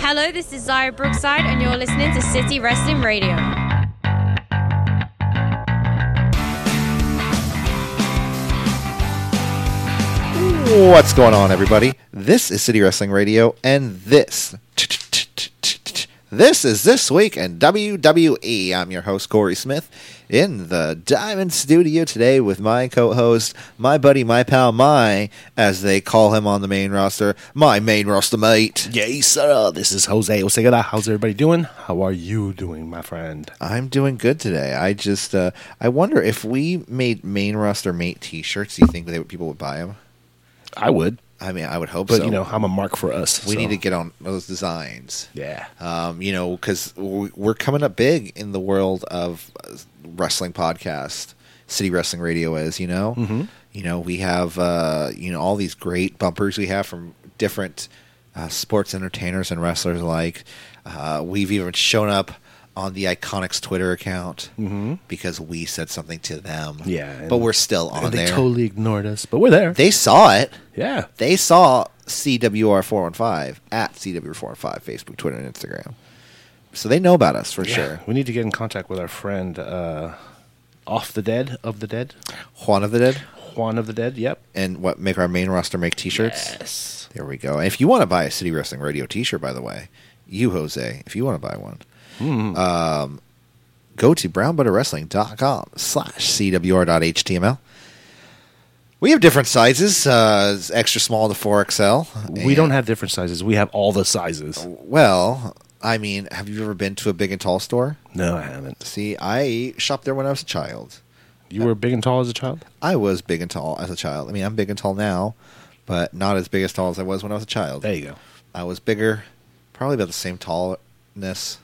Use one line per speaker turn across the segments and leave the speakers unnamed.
Hello, this is Zaya Brookside, and you're listening to City Wrestling Radio.
What's going on, everybody? This is City Wrestling Radio, and this. This is This Week in WWE. I'm your host, Corey Smith, in the Diamond Studio today with my co host, my buddy, my pal, my, as they call him on the main roster, my main roster mate.
Yes, sir. This is Jose Osegada. How's everybody doing? How are you doing, my friend?
I'm doing good today. I just, uh, I wonder if we made main roster mate t shirts, do you think they, people would buy them?
I would,
I mean, I would hope
but
so.
you know, I'm a mark for us.
we
so-
need to get on those designs.
Yeah. Uh,
um, you know, because we're coming up big in the world of uh, wrestling podcast. City Wrestling Radio is, you know, mm-hmm. you know, we have uh, you know all these great bumpers we have from different uh, sports entertainers and wrestlers alike. Uh, we've even shown up on the Iconics Twitter account because we said something to them.
Mm-hmm. Yeah, and-
but we're still on
And they
there.
totally ignored us, but we're there.
they saw it
yeah.
they saw CWR415 at CWR415, Facebook, Twitter, and Instagram. So they know about us for
Yeah.
sure.
We need to get in contact with our friend uh, Off the Dead, of the Dead,
Juan of the Dead
Juan of the Dead. Yep.
and what make our main roster make t shirts.
Yes.
There we go. And if you want to buy a City Wrestling Radio t shirt, by the way, you, Jose, if you want to buy one,
Hmm.
um, go to brownbutterwrestling.com slash CWR.html. We have different sizes, uh, extra small to 4XL.
We don't
and-
have different sizes. We have all the sizes.
Oh. Well, I mean, have you ever been to a big and tall store?
No, I haven't.
See, I shopped there when I was a child.
You were big and tall as a child.
I was big and tall as a child. I mean, I'm big and tall now, but not as big as tall as I was when I was a child.
There you go.
I was bigger, probably about the same tallness.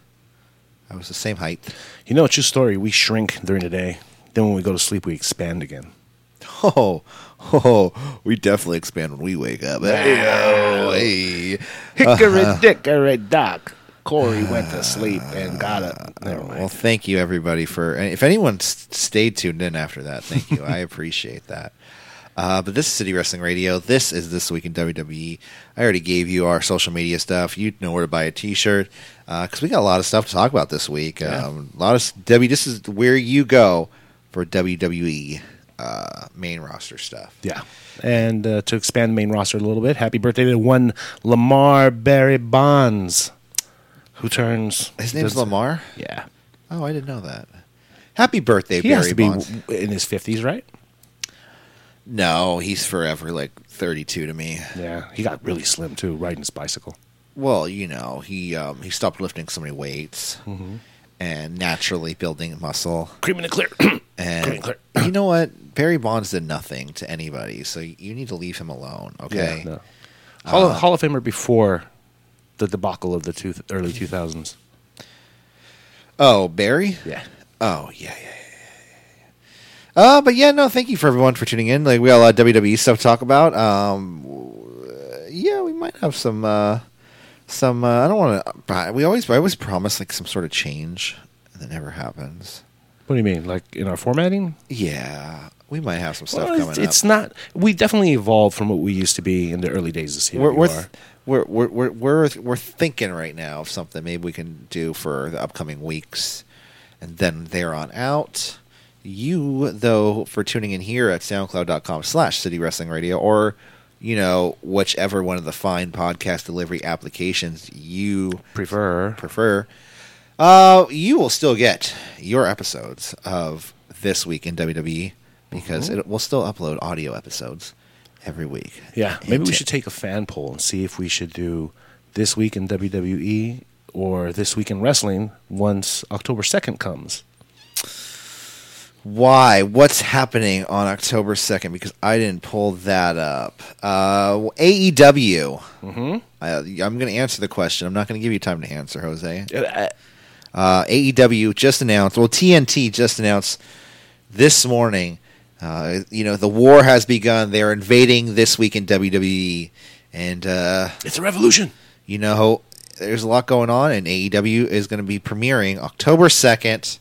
I was the same height.
You know, true story. We shrink during the day. Then when we go to sleep, we expand again.
Oh, oh, we definitely expand when we wake up. Hey, oh, hey.
Hickory dickory dock. Corey went to sleep and got it. Never mind.
Oh, Well, thank you everybody for. and If anyone s- stayed tuned in after that, thank you. I appreciate that. Uh, but this is City Wrestling Radio. This is this week in WWE. I already gave you our social media stuff. You know where to buy a T-shirt because we got a lot of stuff to talk about this week. Um, a lot of s- W. This is where you go for WWE uh, main roster stuff.
yeah. And uh, to expand the main roster a little bit, happy birthday to one Lamar Barry Bonds, who turns.
His name's
does-
Lamar.
Yeah.
Oh, I didn't know that. Happy birthday,
He
Barry
has to be
Bonds.
w- in his 50s, right?
No, he's forever like thirty-two to me.
Yeah. He got really slim, too, riding his bicycle.
Well, you know, he um, he stopped lifting so many weights
Mm-hmm.
and naturally building muscle.
Cream in the clear.
And
Clear,
you know what? Barry Bonds did nothing to anybody, so you need to leave him alone. Okay.
Yeah, no.
Uh,
Hall, of, Hall of Famer before the debacle of the two, early 2000s.
Oh, Barry.
Yeah.
Oh yeah, yeah, yeah, yeah, yeah. Uh, but yeah, no, thank you for everyone for tuning in. Like we got a lot of WWE stuff to talk about. Um, w- yeah, we might have some, uh, some. Uh, I don't want to. We always, I always promise like some sort of change, and it never happens.
What do you mean? Like in our formatting?
Yeah, we might have some stuff
Well,
coming
it's, it's
up.
not. We definitely evolved from what we used to be in the early days of CWR.
we're, we're, th- we're we're we're we're we're thinking right now of something maybe we can do for the upcoming weeks, and then there on out. You though for tuning in here at SoundCloud.com/slash City Wrestling Radio or you know whichever one of the fine podcast delivery applications you
prefer.
prefer, uh, you will still get your episodes of This Week in WWE because it will still upload audio episodes every week.
yeah, maybe
Into-
we should take a fan poll and see if we should do this week in WWE or this week in wrestling once October second comes.
Why? What's happening on October 2nd? Because I didn't pull that up. Uh, AEW. Mm-hmm. I, I'm going to answer the question. I'm not going to give you time to answer, Jose. Uh, AEW just announced, well, TNT just announced this morning. Uh, you know, the war has begun. They're invading this week in WWE, and uh,
It's a revolution.
you know, there's E a lot going on, and AEW is going to be premiering October second.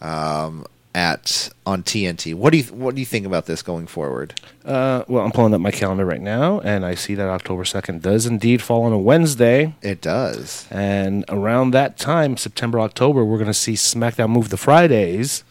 Um, at on TNT. What do you what do you think about this going forward?
Uh, well, I'm pulling up my calendar right now, and I see that October 2nd does indeed fall on a Wednesday.
It does.
And around that time, September, October, we're going to see SmackDown move the Fridays.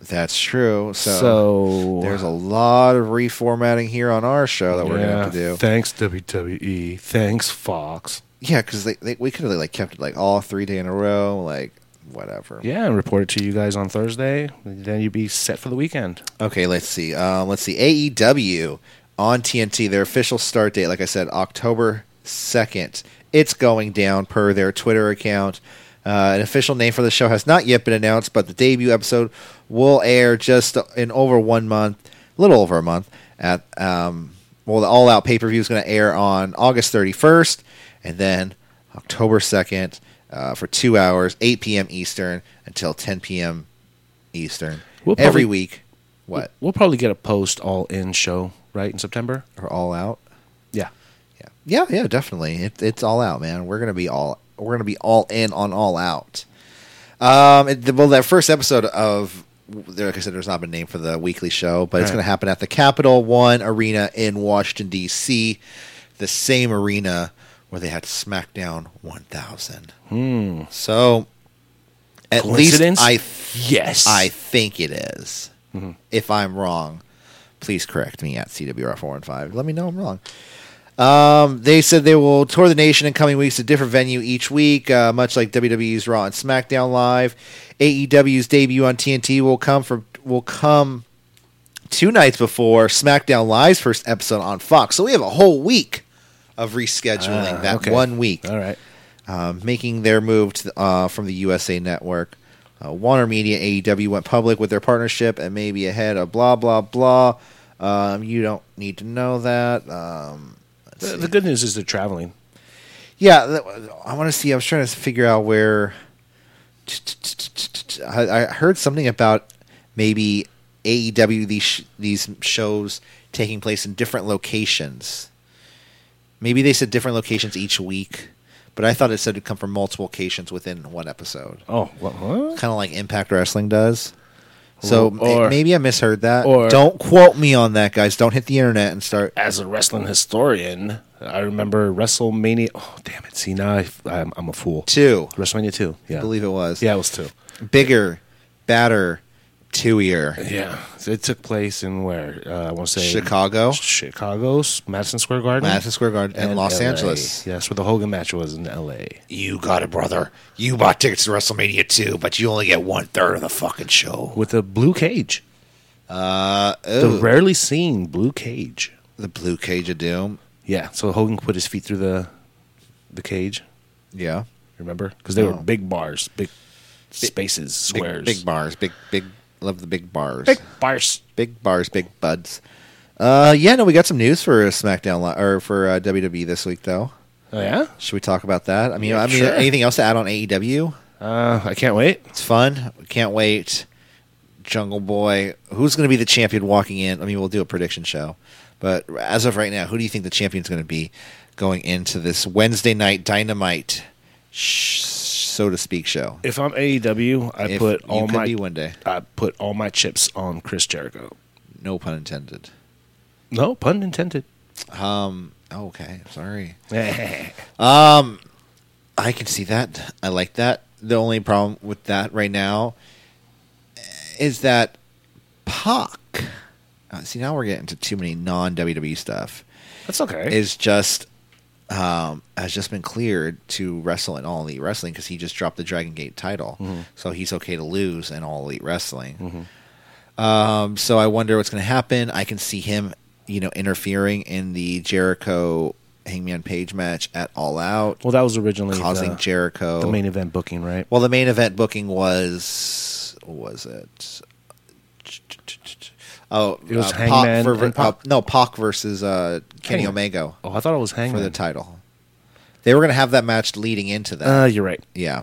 That's true. So,
So-
there's a lot of reformatting here on our show that we're gonna have to do.
Thanks,
E.
WWE. Thanks, Fox.
yeah, because they, they we could have like kept it like all three day in a row, like whatever.
Yeah, and report it to you guys on Thursday. Then you'd be set for the weekend.
Okay, let's see. Um, let's see. AEW on TNT, their official start date, like I said, October 2nd. It's going down per their Twitter account. Uh, an official name for the show has not yet been announced, but the debut episode will air just in over one month, a little over a month. At um, well, the All Out pay per view is going to air on August 31st, and then October 2nd uh, for two hours, 8 p.m. Eastern until 10 p.m. Eastern
We'll
every
probably-
week. What?
We'll probably get a post all in show, right, in September?
Or all out?
Yeah.
Yeah, yeah, yeah. Definitely, it, it's all out, man. We're gonna be all we're gonna be all in on all out. Um, it, well, that first episode of like I said, there's not been named for the weekly show, but it's
Right.
gonna happen at the Capital One Arena in Washington D.C., the same arena where they had SmackDown 1000. So, at least
Hmm. Coincidence?
I
Yes. Mm-hmm.
I think it is. If I'm wrong, please correct me at CWR415. Let me know I'm wrong. Um, they said they will tour the nation in coming weeks to different venue each week, uh, much like WWE's Raw and SmackDown Live. AEW's debut on TNT will come from will come two nights before SmackDown Live's first episode on Fox. So we have a whole week of rescheduling
Ah,
that
okay.
one week
All right.
um, making their move to, the- uh, from the USA Network. Uh, Warner Media AEW went public with their partnership and may be ahead of blah blah blah. Um, you don't need to know that. Um, let's
The,
see.
the good news is they're traveling.
yeah, th- I want to see. I was trying to figure out where. I, I heard something about maybe AEW these sh- these shows taking place in different locations. Maybe they said different locations each week, but I thought it said it'd come from multiple locations within one episode,
Oh, what? what?
kind of like Impact Wrestling does. So m-
Or-
maybe I misheard that.
or-
Don't quote me on that, guys. Don't hit the internet and start.
As a wrestling historian, I remember WrestleMania. Oh, damn it. See, now I, am I'm a fool.
Two,
WrestleMania 2. Yeah.
I believe it was.
Yeah, it was 2.
bigger, badder, two ear.
Yeah. So it took place in where? Uh, I want to say
Chicago,
Chicago, Madison Square Garden.
Madison Square Garden, and, Los
LA.
Angeles.
Yeah, that's where the Hogan match was in L.A.
You got it, brother. You bought tickets to WrestleMania 2, but you only get one third of the fucking show.
with a blue cage.
Uh,
The
ooh, the,
rarely seen blue cage.
Blue Cage of Doom.
Yeah, so Hogan put his feet through the the cage.
Yeah.
Remember? Because they
No.
were big bars, big spaces,
Oh. Big,
squares,
big bars. Big, big. Love the big bars.
big bars.
Big bars, big buds. Uh, yeah, no, we got some news for SmackDown Li- or for uh, WWE this week, though.
Oh yeah,
Should we talk about that? I mean,
Yeah,
I mean,
sure.
anything else to add on AEW?
uh, I can't wait.
It's fun. Can't wait. Jungle Boy. Who's going to be the champion walking in? I mean, we'll do a prediction show. But as of right now, who do you think the champion's going to be going into this Wednesday night dynamite, sh- so to speak, show?
If I'm AEW, I
If
put
you
all
could
my
be one day.
I put all my chips on Chris Jericho.
No pun intended.
No pun intended.
Um. oh, okay. Sorry.
Why
I can see that. I like that. The only problem with that right now is that Pac. uh, see, now we're getting to too many non WWE stuff.
That's okay.
is just um, has just been cleared to wrestle in All Elite Wrestling because he just dropped the Dragon Gate title, so he's okay to lose in All Elite Wrestling. Um, so I wonder what's going to happen. I can see him, you know, interfering in the Jericho Hangman Page match at All Out,
well, that was originally
causing
the,
Jericho
the main event booking, right?
well, the main event booking was what was it? Oh,
It was
uh, Pac
Hangman
for,
and
uh,
Pac.
no Pac versus uh, Kenny
Hangman.
Omega
oh, I thought it was
for
Hangman.
the title. They were going to have that match leading into that,
Uh, you're right.
yeah,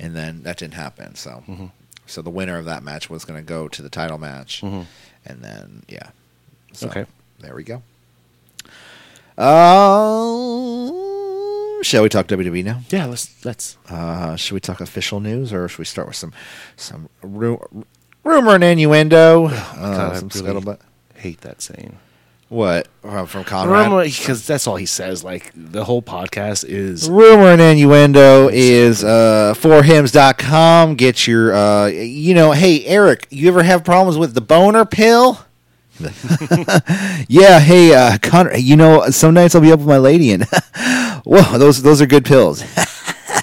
and then that didn't happen. So,
Mm-hmm.
so the winner of that match was going to go to the title match, and then yeah, so,
Mm-hmm. Okay.
there we go. Uh, shall we talk WWE now?
Yeah, let's let's
Uh, should we talk official news, or should we start with some some ru- rumor and innuendo.
God,
Uh,
I
some
really
scuttlebutt.
Hate that saying.
What from, from Conrad?
Remember, because that's all he says. Like the whole podcast is
Rumor and innuendo is uh, forhims.com. Get your, uh, you know, hey, Eric, you ever have problems with the boner pill? yeah, hey, uh, Connor, you know, some nights I'll be up with my lady and, whoa, those, those are good pills.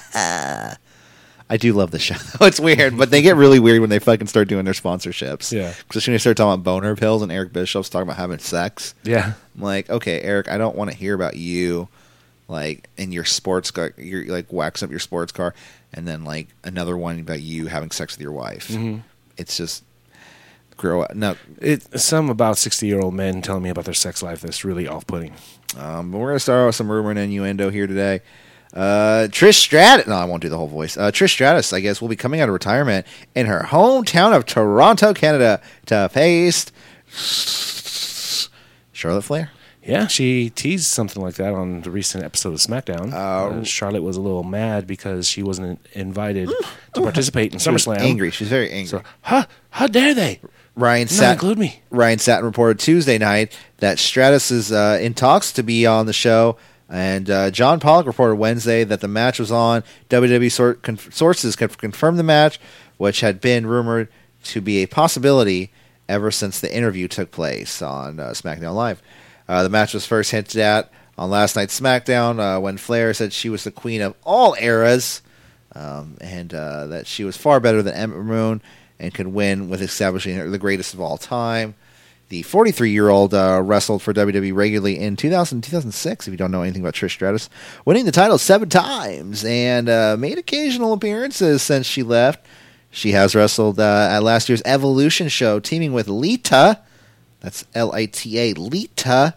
I do love the show. it's weird, but they get really weird when they fucking start doing their sponsorships.
Yeah.
Because as soon as they start talking about boner pills and Eric Bishop's talking about having sex.
yeah.
I'm like, okay, Eric, I don't want to hear about you, like in your sports car, you're like waxing up your sports car, and then like another one about you having sex with your wife. It's just grow up. No,
It some about sixty year old men telling me about their sex life that's really off putting.
um, but we're gonna start out with some rumor and innuendo here today. Uh, Trish Stratus. No, I won't do the whole voice. Uh, Trish Stratus, I guess, will be coming out of retirement in her hometown of Toronto, Canada, to face Charlotte Flair.
Yeah, she teased something like that on the recent episode of SmackDown. Uh, Charlotte was a little mad because she wasn't invited to participate in
Mm. She was
SummerSlam.
Angry. She's very angry.
So, huh, how dare they?
Ryan
No,
Satin,
include me.
Ryan Satin reported Tuesday night that Stratus is uh, in talks to be on the show, and uh, John Pollock reported Wednesday that the match was on. WWE sor- con- sources con- confirmed the match, which had been rumored to be a possibility ever since the interview took place on uh, SmackDown Live. Uh, the match was first hinted at on last night's SmackDown uh, when Flair said she was the queen of all eras um, and uh, that she was far better than Emmett Moon and could win with establishing her the greatest of all time. The 43 year old uh, wrestled for WWE regularly in 2000 2006, if you don't know anything about Trish Stratus, winning the title seven times and uh, made occasional appearances since she left. She has wrestled uh, at last year's Evolution show, teaming with Lita, that's L I T A, Lita,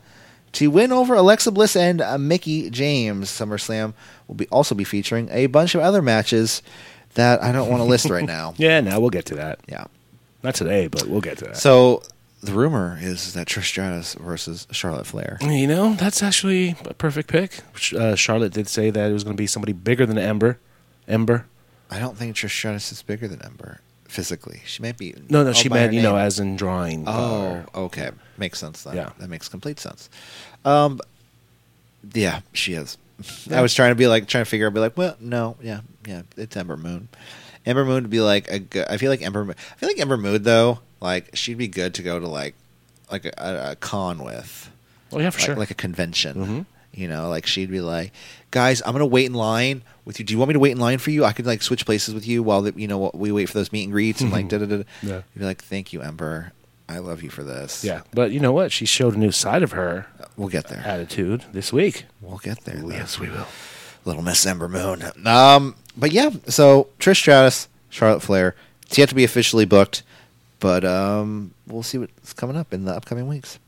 to win over Alexa Bliss and uh, Mickey James. SummerSlam will be also be featuring a bunch of other matches that I don't want to list right now.
Yeah, now we'll get to that.
Yeah.
Not today, but we'll get to that.
So the rumor is that Trish Stratus versus Charlotte Flair.
you know, that's actually a perfect pick. Sh- Uh, Charlotte did say that it was going to be somebody bigger than Ember. Ember.
I don't think Trish Stratus is bigger than Ember physically. She might be.
No, no,
all
she
Oh, by
meant
her
you know
name.
as in drawing.
Oh,
power.
okay. Makes sense then.
Yeah.
That makes complete sense. Um, yeah, she is. I was trying to be like, trying to figure out, be like, well, no, yeah, yeah, it's Ember Moon. Ember Moon would be like a good, I feel like Ember, Mo- I feel like Ember Moon though, like she'd be good to go to like, like a, a, a con with,
oh yeah, for
like,
sure. Mm-hmm.
like a convention. You know, like she'd be like, guys, I'm gonna wait in line with you. Do you want me to wait in line for you? I could like switch places with you while the, you know we wait for those meet and greets and like da da da.
Yeah.
You'd be like, thank you, Ember. I love you for this.
yeah, but you know what? She showed a new side of her
We'll get there.
attitude this week.
We'll get there. though.
we will.
Little Miss Ember Moon. Um, but yeah, so Trish Stratus, Charlotte Flair. It's yet to be officially booked, but um, we'll see what's coming up in the upcoming weeks.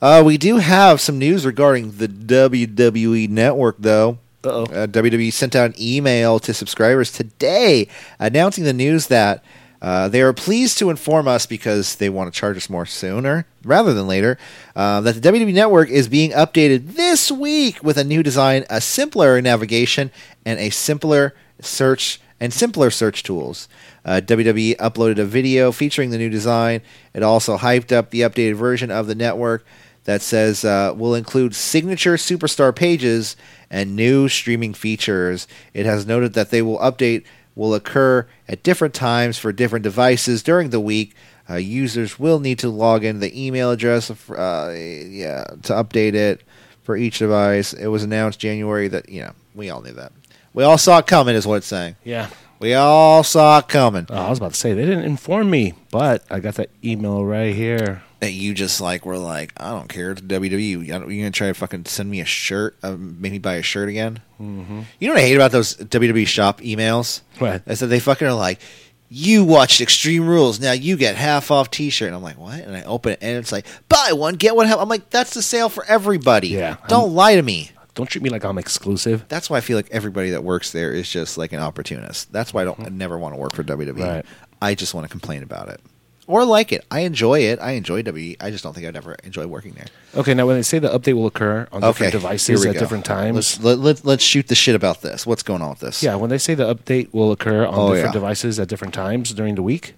Uh, we do have some news regarding the WWE Network, though.
Uh-oh.
Uh, WWE sent out an email to subscribers today announcing the news that uh, they are pleased to inform us because they want to charge us more sooner rather than later uh, that the WWE Network is being updated this week with a new design, a simpler navigation, and a simpler search and simpler search tools. Uh, WWE uploaded a video featuring the new design. It also hyped up the updated version of the network that says uh, will include signature superstar pages and new streaming features. It has noted that they will update will occur at different times for different devices during the week. Uh, users will need to log in the email address uh, yeah, to update it for each device. It was announced January that you know we all knew that. We all saw it coming, is what it's saying.
Yeah.
We all saw it coming.
Oh, I was about to say they didn't inform me, but I got that email right here.
that you just like were like, I don't care. It's WWE. I don't, you gonna try to fucking send me a shirt? Uh, make me buy a shirt again? Mm-hmm. You know what I hate about those WWE shop emails?
What?
Is that they fucking are like, you watched Extreme Rules. Now you get half off T-shirt. And I'm like, what? And I open it and it's like, buy one get one half. I'm like, that's the sale for everybody.
Yeah,
Don't
I'm-
lie to me.
Don't treat me like I'm exclusive.
That's why I feel like everybody that works there is just like an opportunist. That's why I don't I never want to work for WWE.
Right.
I just want to complain about it or like it. I enjoy it. I enjoy WWE. I just don't think I'd ever enjoy working there.
Okay, now when they say the update will occur on
Okay,
different devices
here we
at
go.
different times,
Let's let, let, let's shoot the shit about this. What's going on with this?
yeah, when they say the update will occur on
Oh,
different
yeah.
devices at different times during the week,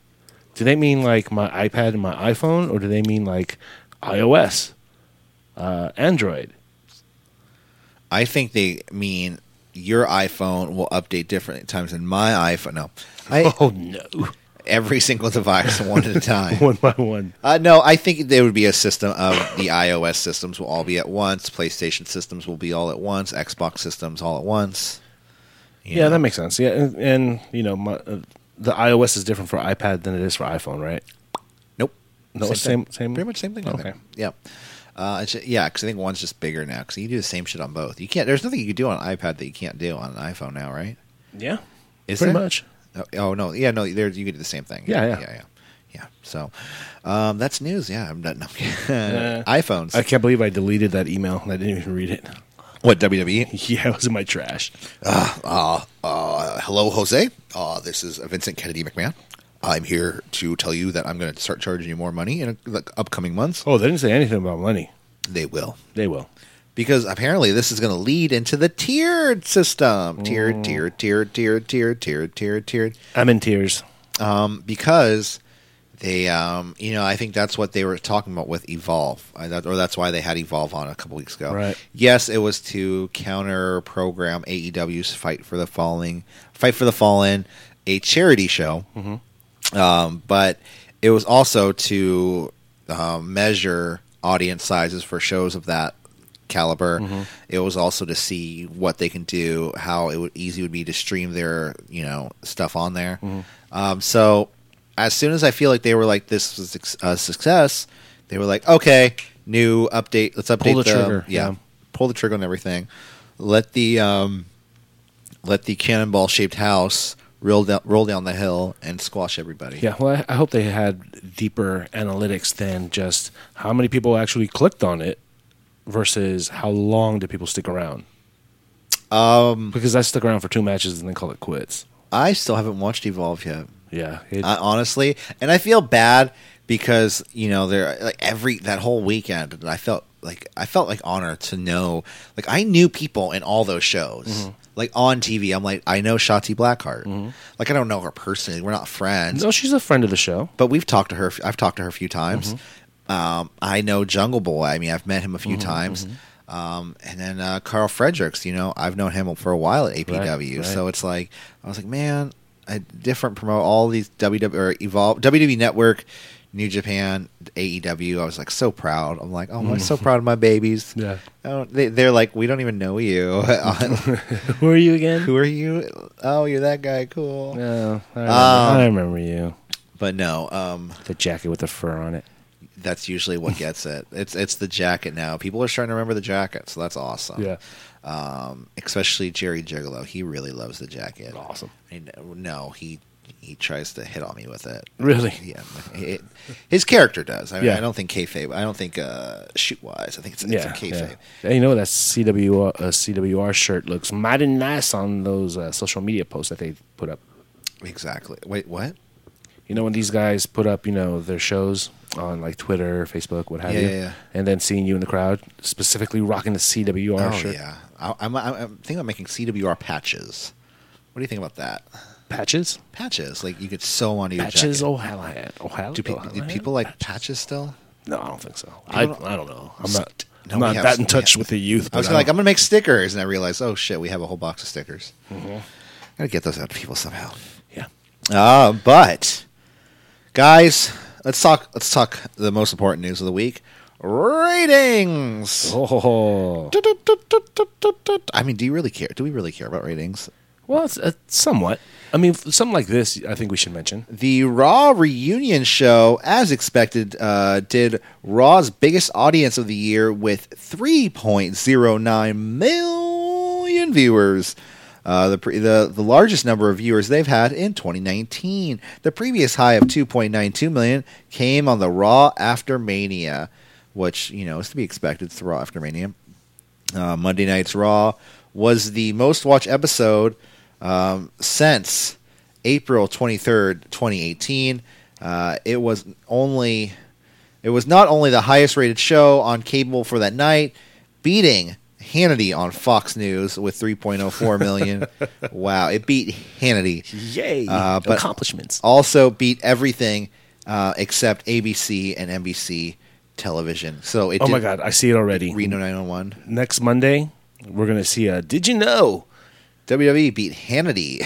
Do they mean like my iPad and my iPhone, or do they mean like iOS, uh, Android?
I think they mean your iPhone will update different times than my iPhone. No, I,
Oh no!
every single device one at a time.
one by one.
Uh, no, I think there would be a system of the iOS systems will all be at once. PlayStation systems will be all at once. Xbox systems all at once.
Yeah, that makes sense. Yeah, and, and you know, my, uh, the iOS is different for iPad than it is for iPhone, right?
Nope.
No, same-
thing.
same-
Pretty much same thing. I
Okay.
think. Yeah. Uh, it's ju- yeah, because I think one's just bigger now. Because you can do the same shit on both. You can't. There's nothing you can do on an iPad that you can't do on an iPhone now, right?
Yeah,
Is
pretty
there?
much.
Oh, oh, no, yeah, no. There you can do the same thing.
Yeah,
yeah,
yeah.
yeah. yeah. Yeah. So um, that's news. Yeah, I'm done. No, iPhones.
I can't believe I deleted that email. and I didn't even read it.
What WWE?
Yeah, it was in my trash.
Uh, hello, Jose. Uh, this is Vincent Kennedy McMahon. I'm here to tell you that I'm going to start charging you more money in the upcoming months.
Oh, they didn't say anything about money.
They will.
They will.
because apparently this is going to lead into the tiered system. Tiered, tiered, tiered, tiered, tiered, tiered, tiered, tiered.
I'm in tears.
Um, because they, um, you know, I think that's what they were talking about with Evolve, I, that, or that's why they had Evolve on a couple weeks ago.
Right.
Yes, it was to counter program AEW's Fight for the Falling, Fight for the Fallen, a charity show. Um, but it was also to um, measure audience sizes for shows of that caliber.
Mm-hmm.
It was also to see what they can do, how it would, easy it would be to stream their you know stuff on there.
Mm-hmm.
Um, so as soon as I feel like they were like this was ex- a success, they were like, okay, new update. Let's update
the trigger,
Yeah,
yeah.
pull the trigger on everything. Let the um, let the cannonball shaped house roll down roll down the hill and squash everybody.
Yeah, well, I, I hope they had deeper analytics than just how many people actually clicked on it versus how long did people stick around. Um, because I stuck around for two matches and then call it quits.
I still haven't watched Evolve yet.
Yeah, it,
I, honestly, and I feel bad because you know there like every that whole weekend, and I felt like I felt like honor to know like I knew people in all those shows. Like on TV, I'm like, I know Shotzi Blackheart. Like, I don't know her personally. We're not friends.
no, she's a friend of the show.
but we've talked to her. I've talked to her a few times.
Mm-hmm.
Um, I know Jungle Boy. I mean, I've met him a few times.
mm-hmm.
Um, and then uh, Carl Fredericks. You know, I've known him for a while at APW.
Right, right.
So it's like I was like, man, I different promote all these WWE or Evolve WWE Network, New Japan, AEW. I was like so proud. I'm like, oh, I'm so proud of my babies.
Mm-hmm. Yeah.
Oh, they, they're like, we don't even know you.
Who are you again?
Who are you? Oh, you're that guy. Cool.
No, I remember,
Um,
I remember you.
But no. Um,
The jacket with the fur on it.
that's usually what gets it. It's it's the jacket now. People are starting to remember the jacket, so that's awesome.
Yeah.
Um, especially Jerry Gigolo, he really loves the jacket.
Awesome.
I know- no, he he tries to hit on me with it.
Really?
Yeah. It, his character does. I mean,
Yeah.
I don't think kayfabe. I don't think uh, shoot wise. I think it's, it's a
Yeah, yeah.
kayfabe.
Hey, you know that CWR uh, CWR shirt looks mighty nice on those uh, social media posts that they put up.
Exactly. Wait, what?
You know when these guys put up, you know, their shows on like Twitter, Facebook, what have
Yeah,
you,
yeah, yeah.
and then seeing you in the crowd, specifically rocking the CWR
oh
shirt
yeah. I, I'm, I'm I'm thinking about making CWR patches. What do you think about that?
patches,
Patches, like you could sew onto your
patches, Oh,
jacket.
O'Hallahan, O'Hallahan.
Do, pe- do people like patches still?
No, I don't think so. I,
don't-
I don't know. I'm not.
No,
I'm
we
not
have-
that in
we
touch
have-
with the youth.
I was
but
like, I'm
don't-
gonna make stickers, and I realized, oh shit, we have a whole box of stickers.
Mm-hmm.
Gotta get those out to people somehow.
yeah.
Uh, but guys, let's talk. Let's talk the most important news of the week: ratings.
Oh,
I mean, do you really care? Do we really care about ratings?
well, it's, uh, somewhat. I mean, f- something like this, I think we should mention.
The Raw reunion show, as expected, uh, did Raw's biggest audience of the year with 3.09 million viewers. Uh, the, pre- the the largest number of viewers they've had in 2019. The previous high of 2.92 million came on the Raw after Mania, which you know is to be expected. It's the Raw after Mania. Uh, Monday Night's Raw was the most watched episode um, since April 23rd, 2018. Uh, it was only it was not only the highest rated show on cable for that night, beating Hannity on Fox News with 3.04 million. wow, it beat Hannity.
Yay!
Uh, but-
Accomplishments.
Also beat everything uh, except ABC and NBC television. So it
Oh my
did-
God, I see it already.
Reno 901.
Next Monday, we're gonna see a. Did you know?
WWE E beat Hannity.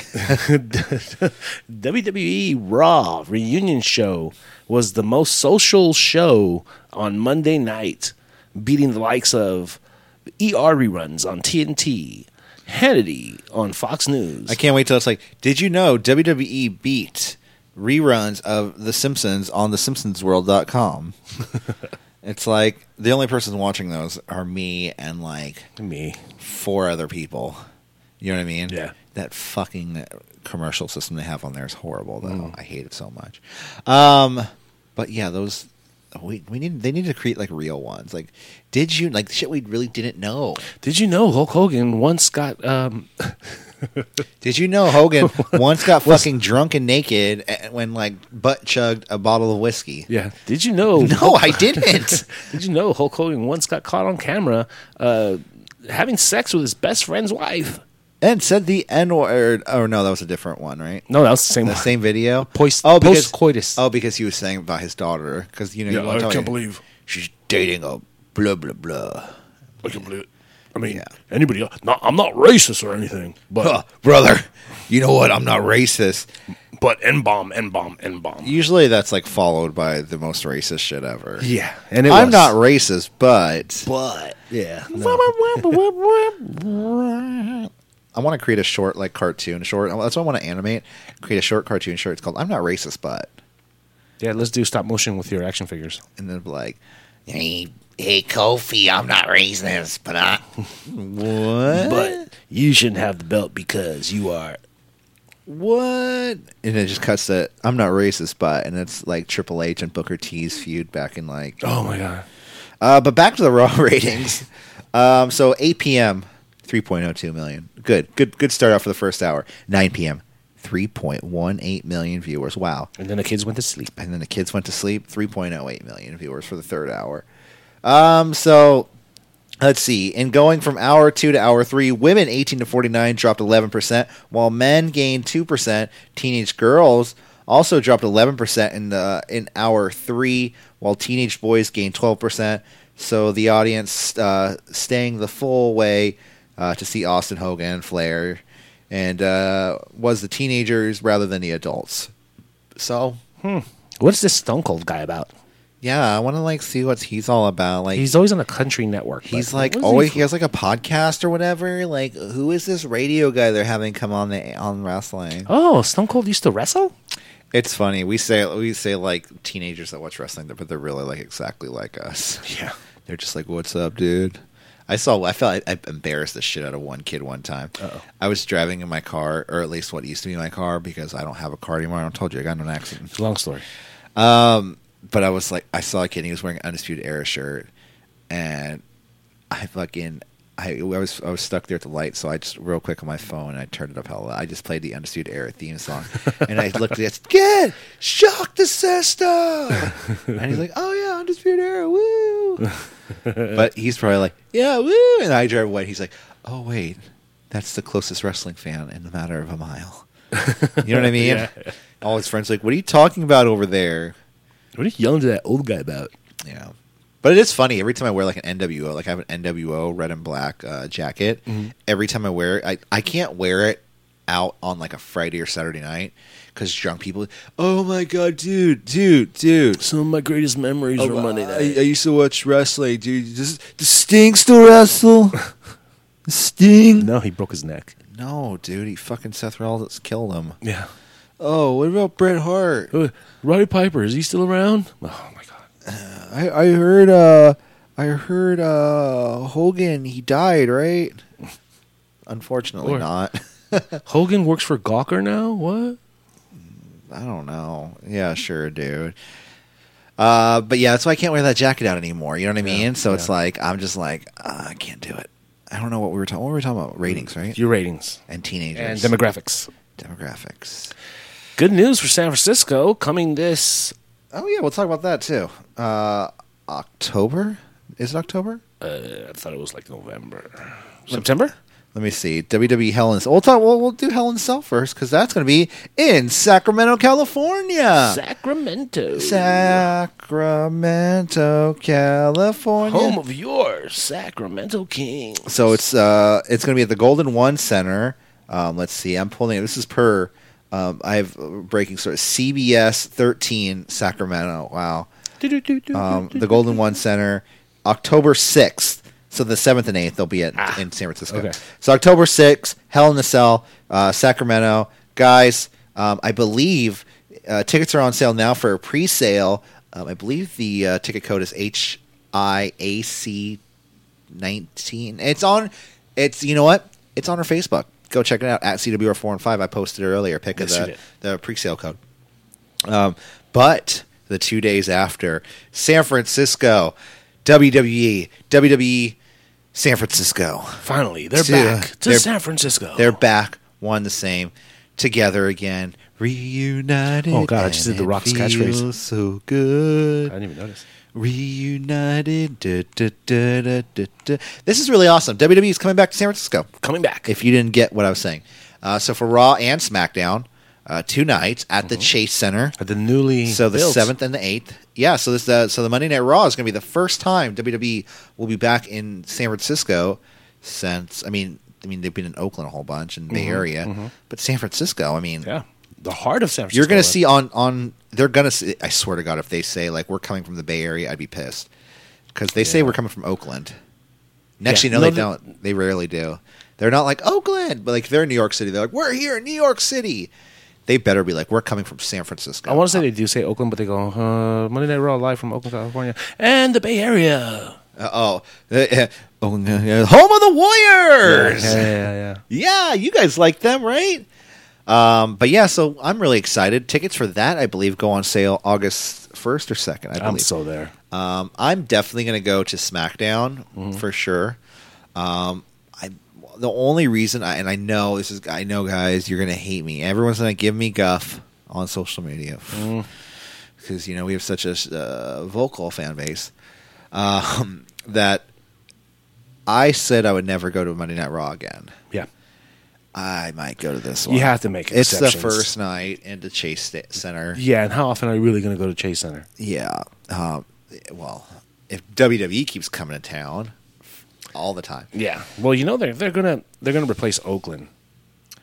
WWE E Raw reunion show was the most social show on Monday night, beating the likes of ER reruns on TNT, Hannity on Fox News.
I can't wait till it's like, did you know WWE beat reruns of The Simpsons on thesimpsonsworld.com? it's like the only person watching those are me and like
me.
four other people. You know what I mean?
Yeah.
That fucking commercial system they have on there is horrible though. I hate it so much. Um but yeah, those we, we need they need to create like real ones. Like did you like shit we really didn't know.
Did you know Hulk Hogan once got um,
Did you know Hogan once got fucking drunk and naked a- when like butt chugged a bottle of whiskey?
Yeah. Did you know?
No, I didn't.
Did you know Hulk Hogan once got caught on camera uh, having sex with his best friend's wife?
and said the N word. Oh no, that was a different one, right?
No, that was the same.
The
one.
same video.
Post-
because-
post-coitus.
Oh, because he was saying about his daughter. Because you know, you wanna tell you,
believe.
she's dating a blah blah blah.
I can't believe it. I mean,
Yeah.
anybody else? Not, I'm not racist or anything, but
Huh, brother, you know what? I'm not racist.
but n bomb, n bomb, n bomb.
Usually, that's like followed by the most racist shit ever.
Yeah, and it
I'm
was.
not racist, but
But yeah,
I want to create a short, like cartoon short. That's what I want to animate. Create a short cartoon short. It's called "I'm Not Racist," but
yeah. Let's do stop motion with your action figures.
and then be like, "Hey, hey, Kofi, I'm not racist, but I what?
But you shouldn't have the belt because you are.
what?" And it just cuts to "I'm not racist," but and it's like Triple H and Booker T's feud back in like.
Oh my god.
Uh, but back to the raw ratings. Um, so 8 p.m. 3.02 million. Good, good, good start off for the first hour. 9 p.m. 3.18 million viewers. Wow.
And then the kids went to sleep.
and then the kids went to sleep 3.08 million viewers for the third hour um so let's see in going from hour two to hour three women 18 to 49 dropped 11% while men gained 2% teenage girls also dropped 11% in the in hour three while teenage boys gained 12% so the audience uh, staying the full way uh, to see austin hogan and flair and uh, was the teenagers rather than the adults so
What's this Stone Cold guy about?
yeah, I want to like see what he's all about. Like he's,
He's always on a country network. but
like
what is he
always
for?
he, has like a podcast or whatever. Like who is this radio guy they're having come on the on wrestling?
Oh, Stone Cold used to wrestle?
It's funny. We say we say like teenagers that watch wrestling, but they're really like exactly like us.
Yeah.
They're just like, "What's up, dude?" I saw. I felt I, I embarrassed the shit out of one kid one time.
Uh-oh.
I was driving in my car, or at least what used to be my car, because I don't have a car anymore. I told you I got in an accident.
It's a long story.
but I was like, I saw a kid. He was wearing an Undisputed Era shirt, and I fucking, I, I was, I was stuck there at the light. So I just real quick on my phone, I turned it up hella. I just played the Undisputed Era theme song, and I looked at it. Get shock the system, and he's like, oh yeah, Undisputed Era, woo. but he's probably like, yeah, woo. And I drive away. He's like, oh wait, that's the closest wrestling fan in the matter of a mile. You know what I mean?
Yeah.
All his friends are like, what are you talking about over there?
What are you yelling to that old guy about?
Yeah. But it is funny every time I wear like an NWO, like I have an NWO red and black uh, jacket. Every time I wear it, I, I can't wear it out on like a Friday or Saturday night because drunk people. Oh my god, dude, dude, dude!
Some of my greatest memories were Monday
I, I
night.
used to watch wrestling, dude. Does, does Sting still wrestle? Sting? No.
no, he broke his neck.
dude. He fucking Seth Rollins killed him.
Yeah.
Oh, what about Bret Hart?
Uh, Roddy Piper, is he still around? Oh my god.
I, I heard uh I heard uh Hogan he died, right? Unfortunately
Or-
not.
Hogan works for Gawker now? What?
I don't know. Yeah, sure, dude. Uh but yeah, that's why I can't wear that jacket out anymore. You know what I mean? so it's
yeah.
like I'm just like uh, I can't do it. I don't know what we were talking. What were we talking about? Ratings, right?
Your ratings
and teenagers
and demographics.
demographics.
Good news for San Francisco coming this
Oh yeah, we'll talk about that too. Uh October is it October?
uh, I thought it was like November. September?
Let me see. WWE Hell in Cell. We'll, talk, we'll, we'll do Hell in Cell first because that's going to be in Sacramento, California.
Sacramento,
Sacramento, California.
home of your Sacramento Kings.
So it's uh it's gonna be at the Golden One Center. Um, let's see, I'm pulling it. This is per um, I have a breaking sort of CBS 13 Sacramento. Wow, um, the Golden One Center, October 6th. So the 7th and 8th they'll be at in San Francisco.
okay.
So October 6th, Hell in a Cell, uh, Sacramento, guys. Um, I believe uh, tickets are on sale now for a pre-sale. Um, I believe the uh, ticket code is H I A C 19 it's on it's you know what it's on our facebook go check it out at cwr4 and 5 i posted it earlier pick
Yes, you
the,
did.
the pre-sale code um, but the two days after san francisco E, wwe wwe san francisco
Finally, they're
To-
back to
they're-
San Francisco.
they're back one the same together again reunited
Oh, God, I just did the
and it
Rock's catchphrase.
feels so
I
good
didn't even notice.
Reunited. da, da, da, da, da, da. This is really awesome. WWE is coming back to San Francisco.
Coming back.
If you didn't get what I was saying, uh, so for Raw and SmackDown, uh, two nights at the Chase Center.
At the newly
So the
built-
seventh and the eighth. Yeah. So this uh, so the Monday Night Raw is going to be the first time WWE will be back in San Francisco since I mean I mean they've been in Oakland a whole bunch and Bay Area, but San Francisco. I mean,
yeah, the heart of San Francisco.
you're gonna
right?
see on on they're gonna. See, I swear to God, if they say like we're coming from the Bay Area, I'd be pissed because they say we're coming from Oakland. And actually,
Yeah.
no,
No,
they
they-
don't. They rarely do. They're not like Oakland, but like they're in New York City. They're like we're here in New York City. They better be like we're coming from San Francisco.
I want to say they do say Oakland, but they go uh, Monday Night Raw live from Oakland, California, and the Bay Area.
Uh, oh, Uh, uh, oh, yeah, yeah. home of the Warriors.
Yeah, yeah, yeah.
Yeah, you guys like them, right? Um, but yeah, so I'm really excited. Tickets for that, I believe, go on sale August first or second. I believe.
I'm so there.
Um, I'm definitely going to go to SmackDown
Mm-hmm.
for sure. Um, I the only reason I and I know this is I know guys you're going to hate me. Everyone's going to give me guff on social media
Mm.
because you know we have such a uh, vocal fan base um, that I said I would never go to Monday Night Raw again.
Yeah,
I might go to this
You
one.
have to make
it's the
exceptions.
first night into Chase Sta- Center.
yeah. And how often are you really going to go to Chase Center?
Yeah. Um, well, if WWE keeps coming to town all the time.
Yeah. Well, you know they're they're gonna they're gonna replace Oakland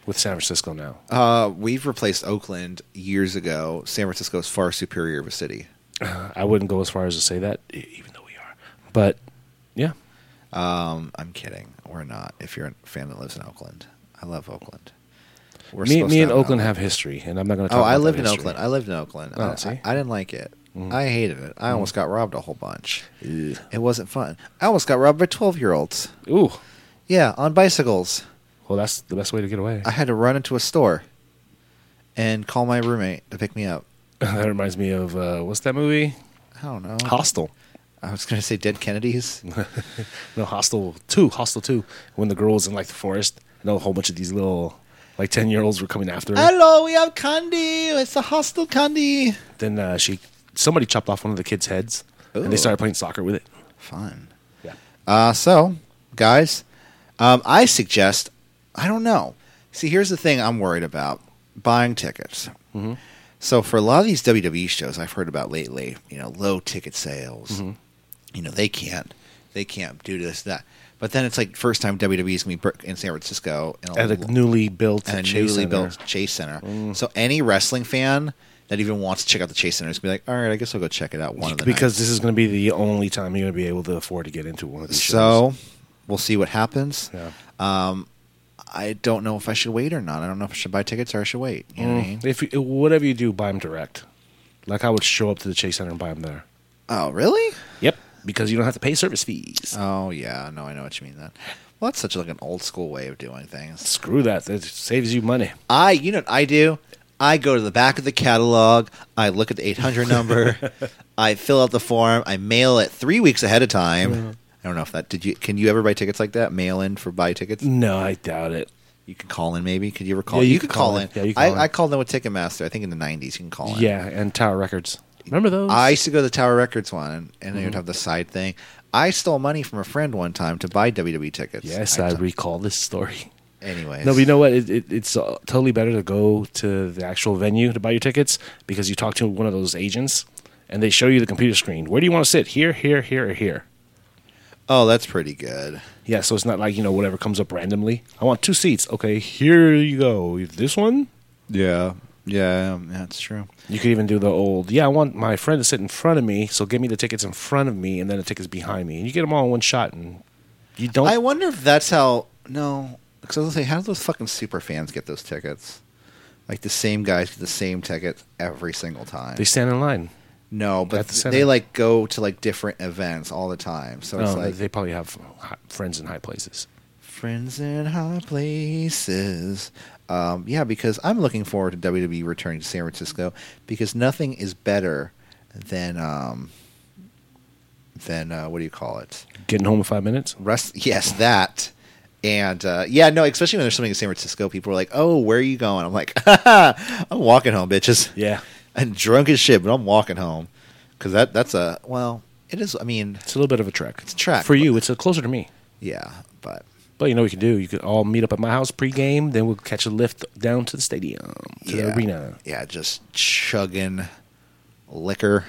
with San Francisco now.
Uh, we've replaced Oakland years ago. San Francisco is far superior of a city.
I wouldn't go as far as to say that, e- even though we are. But yeah,
Um, I'm kidding. We're not. If you're a fan that lives in Oakland, I love Oakland. We're
me,
supposed to
me and
an
Oakland have history, and I'm not going to.
Oh, I lived in Oakland. I lived in Oakland.
Oh,
I,
see? Mm-hmm.
I, I didn't like it. I hated it. I almost got robbed a whole bunch. It wasn't fun. I almost got robbed by 12 year olds.
Ooh,
Yeah, on bicycles.
well, that's the best way to get away.
I had to run into a store and call my roommate to pick me up.
that reminds me of uh, what's that movie?
I don't know.
Hostel.
I was going to say Dead Kennedys.
No, Hostel Two. Hostel Two. When the girl was in like the forest, and a whole bunch of these little like ten year olds were coming after her.
Hello, we have candy. It's a hostel candy.
Then uh, she, somebody chopped off one of the kids' heads, and
Ooh.
they started playing soccer with it.
Fun.
Yeah.
Uh, so, guys, um, I suggest, I don't know. See, here's the thing I'm worried about buying tickets.
Mm-hmm.
So, for a lot of these WWE shows I've heard about lately, you know, low ticket sales,
Mm-hmm.
you know, they can't, they can't do this, that. But then it's like first time WWE's going to be in San Francisco in
At a newly built
and a
Chase
newly
Center. Mm.
built Chase Center. So any wrestling fan that even wants to check out the Chase Center is gonna be like, all right, I guess I'll go check it out one of the
because
nights."
this is going to be the only time you're going to be able to afford to get into one of these shows.
so we'll see what happens.
Yeah.
I don't know if I should wait or not. I don't know if I should buy tickets or I should wait. You know what I mean?
Mm. If you, whatever you do, buy them direct. Like I would show up to the Chase Center and buy them there.
Oh, really?
Yep, because you don't have to pay service fees.
Oh yeah, no, I know what you mean then. Well, that's such like an old school way of doing things.
Screw that. It saves you money.
I, you know what I do? I go to the back of the catalog. I look at the 800 number. I fill out the form. I mail it three weeks ahead of time. I don't know if that did you. Can you ever buy tickets like that? Mail in for buy tickets.
No, I doubt it.
You could call in, maybe. Could you ever call?
Mm. Yeah,
you, could call, in.
Yeah, you can
I,
call in.
I called in with Ticketmaster. I think in the 90s, you can call in.
Yeah, and Tower Records. Remember those? Mm-hmm.
I used to go to the Tower Records one, and they would have the side thing. I stole money from a friend one time to buy WWE tickets.
Yes, I,
I
recall this story.
Anyways,
No, but you know what? It, it, it's uh, totally better to go to the actual venue to buy your tickets because you talk to one of those agents and they show you the computer screen. Where do you want to sit? Here, here, here, or here?
oh, that's pretty good.
Yeah, so it's not like, you know, whatever comes up randomly. I want two seats. Okay, here you go. This one?
Yeah, yeah, um, that's true.
You could even do the old, yeah, I want my friend to sit in front of me, so give me the tickets in front of me and then the tickets behind me. And you get them all in one shot and you don't.
I wonder if that's how. No, because I was gonna say, how do those fucking super fans get those tickets? Like the same guys get the same tickets every single time.
they stand in line.
no,
at
but
the
th-
center. Oh,
they like go to like different events all the time. So it's
No,
like
Um, they probably have hi- friends in high places.
friends in high places. Um, yeah, because I'm looking forward to WWE returning to San Francisco because nothing is better than um, than uh, what do you call it?
Getting home in five minutes?
Rest, yes, that. And uh, yeah, no, especially when there's something in San Francisco, people are like, "Oh, where are you going?" I'm like, "I'm walking home, bitches."
Yeah.
and drunk as shit, but I'm walking home because that that's a well, it is. I mean,
It's a little bit of a trek. It's
a trek,
For
but-
you, it's a closer to me.
yeah, but
But you know what you can do? You could all meet up at my house pregame, then we'll catch a lift down to the stadium, to
yeah,
the arena.
yeah, just chugging liquor,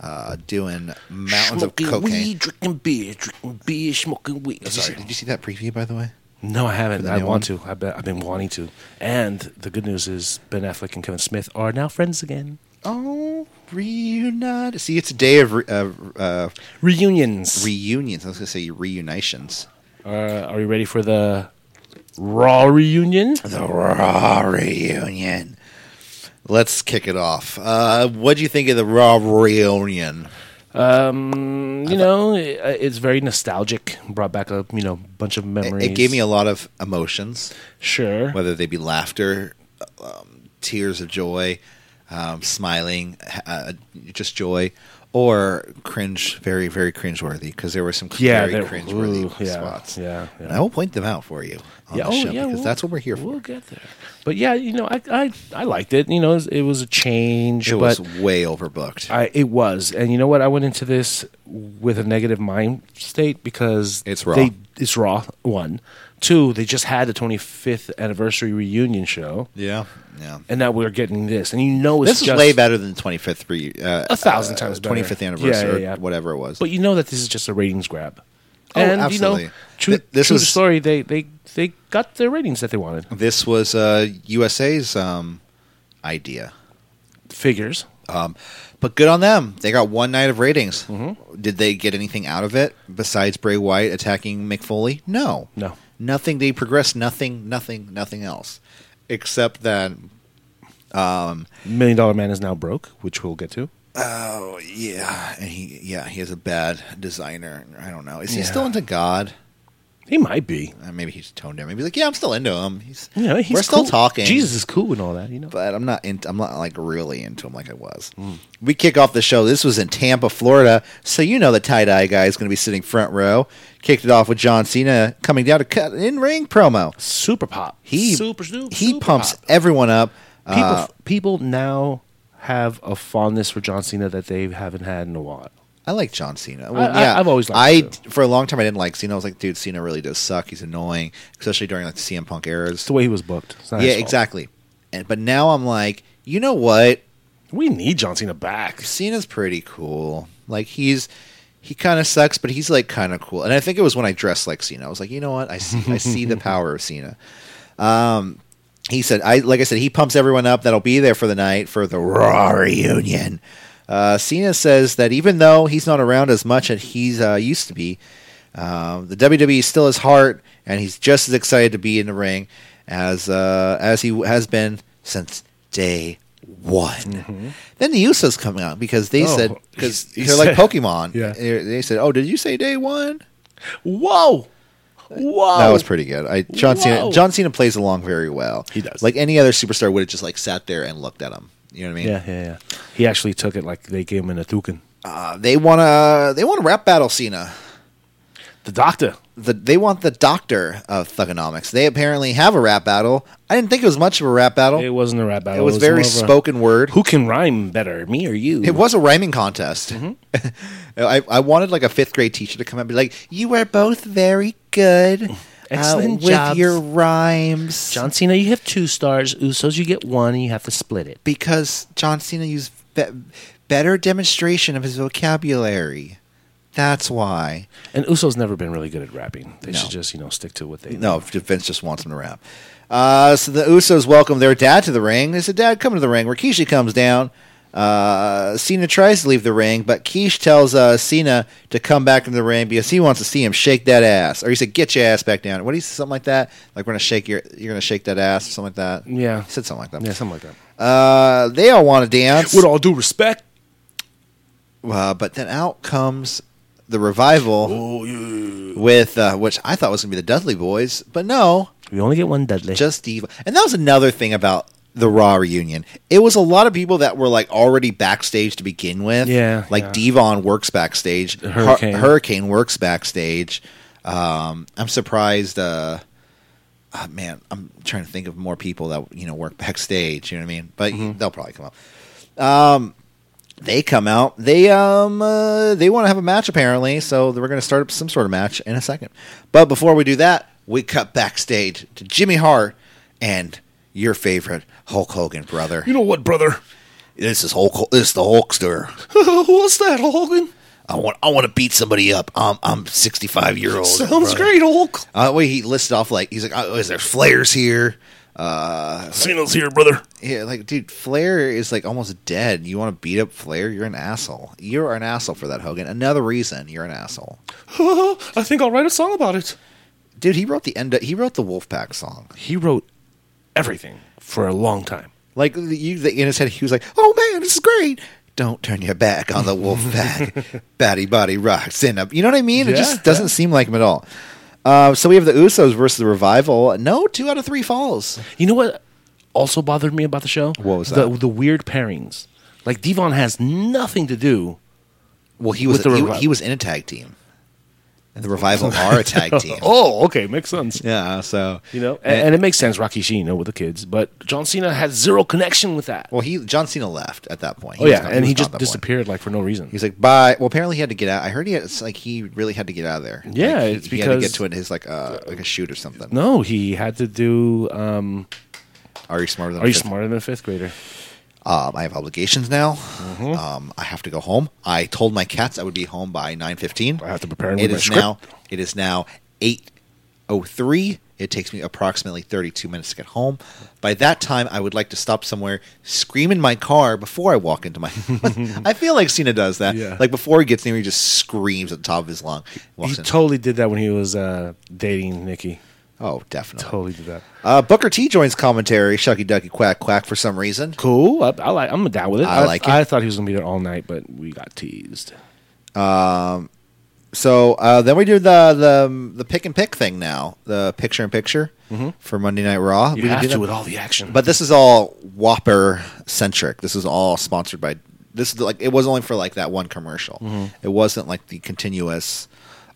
uh, doing mountains
smoking
of cocaine.
weed, drinking beer, drinking beer, smoking weed.
I'm Sorry, did you see that preview by the way?
No, I haven't.
the
I
new
want to. I bet I've been wanting to. And the good news is Ben Affleck and Kevin Smith are now friends again.
Oh, reunited. See, it's a day of re- uh, uh,
Reunions.
reunions. I was gonna say reunitions.
uh, are you ready for the Raw reunion?
The Raw reunion. Let's kick it off. Uh, what do you think of the Raw reunion?
Um, you know, it, it's very nostalgic. Brought back a you know bunch of
It,
memories.
it gave me a lot of emotions,
sure.
whether they be laughter, um, tears of joy, um, smiling, uh, just joy, or cringe, very, very cringeworthy, because there were some
yeah,
very
that-
cringeworthy
ooh, yeah,
spots.
Yeah, yeah. oh,
And I will point them out for you on the show, because
we'll-
that's what we're here for.
We'll get there. But yeah, you know, I I, I liked it. You know, it was, it was a change.
it
but
was way overbooked.
I, it was, and you know what? I went into this with a negative mind state because
It's raw.
They, it's raw. One, two. They just had the 25th anniversary reunion show,
yeah, yeah.
and now we're getting this, and you know it's
This is
just-
way better than the 25th, re- uh,
A thousand times better.
twenty fifth
Yeah,
anniversary, or
yeah, yeah.
whatever it was.
But you know that this is just a ratings grab.
Oh,
and you
absolutely.
know, true,
Th- this
true to
was-
story. They they they got the ratings that they wanted.
this was uh, USA's um, idea,
Figures.
um, but good on them. They got one night of ratings.
Mm-hmm.
Did they get anything out of it besides Bray Wyatt attacking McFoley? No,
No.
nothing. They progressed nothing, nothing, nothing else, except that.
Million Dollar Man is now broke, which we'll get to.
Oh yeah, and he yeah he is a bad designer. I don't know. Is he
Yeah.
still into God?
He might be.
Uh, maybe he's toned down. Maybe he's like, yeah, I'm still into him. He's,
You know, he's
we're still
cool.
talking.
Jesus is cool and all that. You know.
but I'm not into. I'm not like really into him like I was.
Hmm.
We kick off the show. This was in Tampa, Florida, so you know the tie dye guy is going to be sitting front row. Kicked it off with John Cena coming down to cut an in ring promo.
super pop.
He
super snoop.
he
super
pumps
pop.
everyone up.
People,
Uh,
people now have a fondness for John Cena that they haven't had in a while.
I like John Cena.
I- I've always liked
I
him, too.
for a long time I didn't like Cena. I was like, dude, Cena really does suck. He's annoying, especially during like the CM Punk eras.
It's the way he was booked. It's not his
Yeah,
fault.
exactly. And but now I'm like, you know what?
We need John Cena back.
Cena's pretty cool. Like he's he kind of sucks, but he's like kind of cool. And I think it was when I dressed like Cena. I was like, you know what? I see I see the power of Cena. Um, he said, I like I said, he pumps everyone up that'll be there for the night for the Raw reunion. Uh, Cena says that even though he's not around as much as he's uh, used to be, um, the WWE is still his heart, and he's just as excited to be in the ring as uh, as he has been since day one. Then the Usos come out because they
Mm-hmm. Oh,
said because
he- he
they're like
said-
Pokemon.
Yeah.
They- they said, "Oh, did you say day one?"
Whoa, whoa.
That was pretty good. I John Cena
Oh. Whoa.
John Cena plays along very well.
He does.
Like any other superstar would have just like sat there and looked at him. You know what I mean?
Yeah, yeah, yeah. He actually took it like they gave him an Athukan.
Uh, they wanna they wanna rap battle Cena.
The doctor.
the they want the doctor of thugonomics. They apparently have a rap battle. I didn't think it was much of a rap battle.
It
It,
wasn't a rap battle.
was, very
more of a-
spoken word.
Who can rhyme better, me or you?
It was a rhyming contest.
Mm-hmm.
I, I wanted like a fifth grade teacher to come out and be like, "You are both very good, uh,
Excellent
with
jobs.
your rhymes."
John Cena. You have two stars. Usos, you get one, and you have to split it.
because John Cena used be- better demonstration of his vocabulary. That's why.
And Usos never been really good at rapping. They
No.
should just you know stick to what they.
No, Vince just wants him to rap. Uh, so the Usos welcome their dad to the ring. They said, "Dad, come to the ring." Where Rikishi comes down. Uh, Cena tries to leave the ring, but Keish tells uh, Cena to come back into the ring because he wants to see him shake that ass. Or he said, "Get your ass back down." What do you say? Something like that. Like we're gonna shake your, you're gonna shake that ass, or something like that.
Yeah.
he said something like
Yeah,
that.
something like that.
Uh, they all want to dance.
With all due respect.
Uh, but then out comes the revival with uh, which I thought was going to be the Dudley Boys, but no,
We only get one Dudley.
just Steve. And that was another thing about the Raw reunion. It was a lot of people that were like already backstage to begin with.
Yeah,
like
yeah.
Devon works backstage. Hur-
Hurricane.
Hurricane works backstage. Um, I'm surprised. Uh, ah, man, I'm trying to think of more people that you know work backstage. You know what I mean? But they'll probably come up. Um, They come out. They um uh, they want to have a match apparently, so we're going to start up some sort of match in a second. But before we do that, we cut backstage to Jimmy Hart and your favorite Hulk Hogan brother.
you know what, brother?
This is Hulk. Ho- This is the Hulkster.
What's that, Hogan?
I want. I want to beat somebody up. I'm I'm 65 year old. brother.
Hulk.
Uh, wait, he listed off like he's like, oh, is there flares here? Uh,
Cena's here, brother.
yeah, like dude, Flair is like almost dead. You want to beat up Flair? You're an asshole. You're an asshole for that, Hogan. Another reason you're an asshole.
I think I'll write a song about it.
Dude, he wrote the end. he wrote the Wolfpack song.
He wrote everything for a long time.
Like you, the, in his head, he was like, "Oh man, this is great." Don't turn your back on the Wolfpack. Batty body rocks in up. You know what I mean? it
Yeah,
just doesn't seem like him at all. Uh, so we have the Usos versus the Revival. No, two out of three falls.
You know what also bothered me about the show?
What was
the,
that?
The weird pairings. Like Devon has nothing to do.
Well, he was
With the
he-
Revival.
he, was in a tag team, and the Revival are a tag team.
Oh, okay, makes sense.
Yeah, so
You know, and, and it makes sense. Rocky Sheen, you know, with the kids, but John Cena had zero connection with that.
well, he John Cena left at that point.
oh
was
yeah,
gone-
and
was
he
gone
just
at that point.
disappeared like for no reason.
He's like, bye. Well, apparently he had to get out. I heard he had, it's like he really had to get out of there.
Yeah,
Like, he,
it's
he had to get
because-
to it, his like uh, like a shoot or something.
no, he had to do. Um,
Are you smarter than?
are
a
you
fifth-
smarter than a fifth grader?
Um, I have obligations now.
Mm-hmm.
Um, I have to go home. I told my cats I would be home by nine fifteen.
I have to prepare and
It
read my
is
script.
now. It is now eight oh three. It takes me approximately thirty two minutes to get home. By that time, I would like to stop somewhere, scream in my car before I walk into my. I feel like Cena does that.
Yeah.
Like before he gets near, he just screams at the top of his lung.
He
Walks in.
totally did that when he was uh, dating Nikki.
oh, definitely.
Totally did that.
Uh, Booker T joins commentary. Shucky Ducky Quack Quack for some reason.
Cool. I, I like. I'm down with it.
I like it.
I thought he was gonna be there all night, but we got teased.
So uh, then we do the um, the the pick and pick thing now. The picture in picture for Monday Night Raw.
Mm-hmm. You
we
have
do
to
that.
with all the action.
But this is all Whopper centric. This is all sponsored by. This is like it was only for like that one commercial.
Mm-hmm.
It wasn't like the continuous.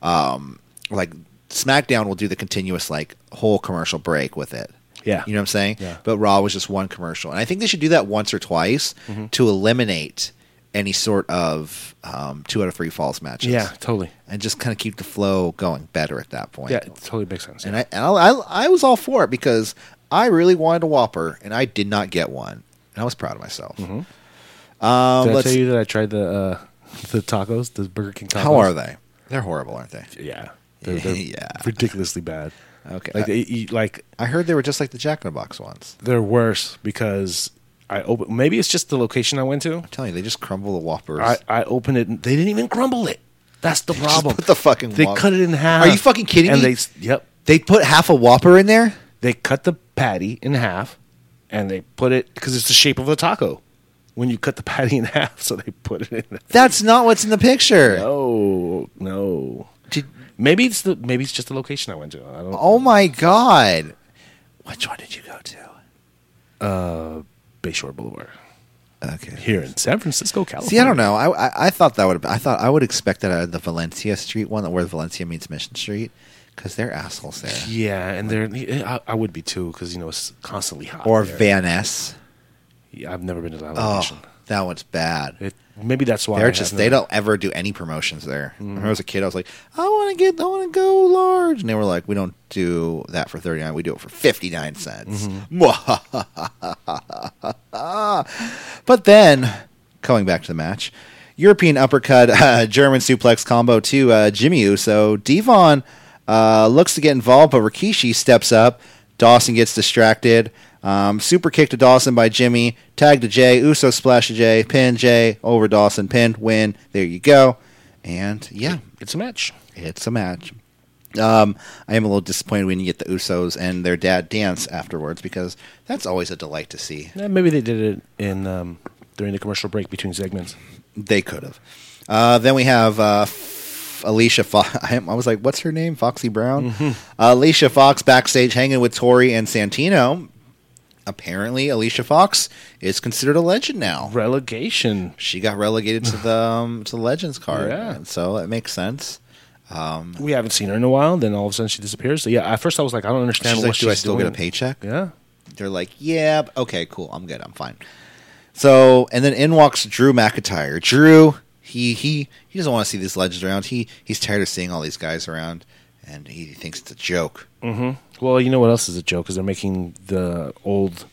Um, like SmackDown will do the continuous like whole commercial break with it.
Yeah.
you know what I'm saying.
Yeah.
But Raw was just one commercial, and I think they should do that once or twice
Mm-hmm.
to eliminate any sort of um, two out of three falls matches
yeah, totally.
and just kind of keep the flow going better at that point.
Yeah, it totally makes sense.
And I and I, I I was all for it because I really wanted a Whopper and I did not get one, and I was proud of myself.
Mm-hmm.
Um,
did I
let's,
tell you that I tried the uh, the tacos, the Burger King tacos?
how are they? They're horrible, aren't they?
Yeah, they're, they're
Yeah.
ridiculously bad.
Okay.
like they eat, like
I heard they were just like the Jack in the Box ones.
they're worse because I open. Maybe it's just the location I went to.
I'm telling you, they just crumble the Whoppers.
I, I opened it. and They didn't even crumble it. That's the problem.
put the fucking
They
wa-
cut it in half.
Are you fucking kidding
and
me?
They, s- yep.
they put half a Whopper in there.
They cut the patty in half, and they put it because it's the shape of a taco. When you cut the patty in half, so they put it in.
That's not what's in the picture.
No, no.
Did-
Maybe it's the maybe it's just the location I went to. I don't.
oh my god! Which one did you go to?
Bayshore Boulevard
Okay.
here in San Francisco, California.
See, I don't know. I, I, I thought that would. I thought I would expect that out of the Valencia Street one, where Valencia meets Mission Street, because they're assholes there.
Yeah, and they're I, I would be too because you know it's constantly hot.
Or
there.
Van Ness.
Yeah, I've never been to that location.
Oh, that one's bad.
It, maybe that's why I
They're just
haven't-
they don't ever do any promotions there.
Mm-hmm.
When I was a kid, I was like, I want to get, I want to go large, and they were like, we don't do that for thirty nine, we do it for fifty nine cents.
Mm-hmm.
but then, coming back to the match, European uppercut, uh, German suplex combo to uh, Jimmy Uso. Devon uh, looks to get involved, but Rikishi steps up. Dawson gets distracted. Um, super kick to Dawson by Jimmy. Tag to Jay. Uso splash to Jay. Pin Jay over Dawson. Pin win. There you go. And yeah,
It's a match.
it's a match. Um, I am a little disappointed when you get the Usos and their dad dance afterwards because that's always a delight to see.
Yeah, maybe they did it in um, during the commercial break between segments.
They could have. Uh, then we have uh, F- Alicia Fox. I, am- I was like, what's her name? Foxy Brown? Uh, Alicia Fox backstage hanging with Tori and Santino. Apparently, Alicia Fox is considered a legend now.
Relegation.
She got relegated to the um, to the Legends card,
Yeah.
and so it makes sense.
We haven't seen her in a while. Then all of a sudden she disappears. So yeah, at first I was like, I don't understand
She's
what
like,
she's
do I still
doing.
get a paycheck?
Yeah.
They're like, yeah, b- okay, cool, I'm good, I'm fine. So, and then in walks Drew McIntyre. Drew, he he he doesn't want to see these legends around. He he's tired of seeing all these guys around, and he thinks it's a joke.
Well, you know what else is a joke is they're making the old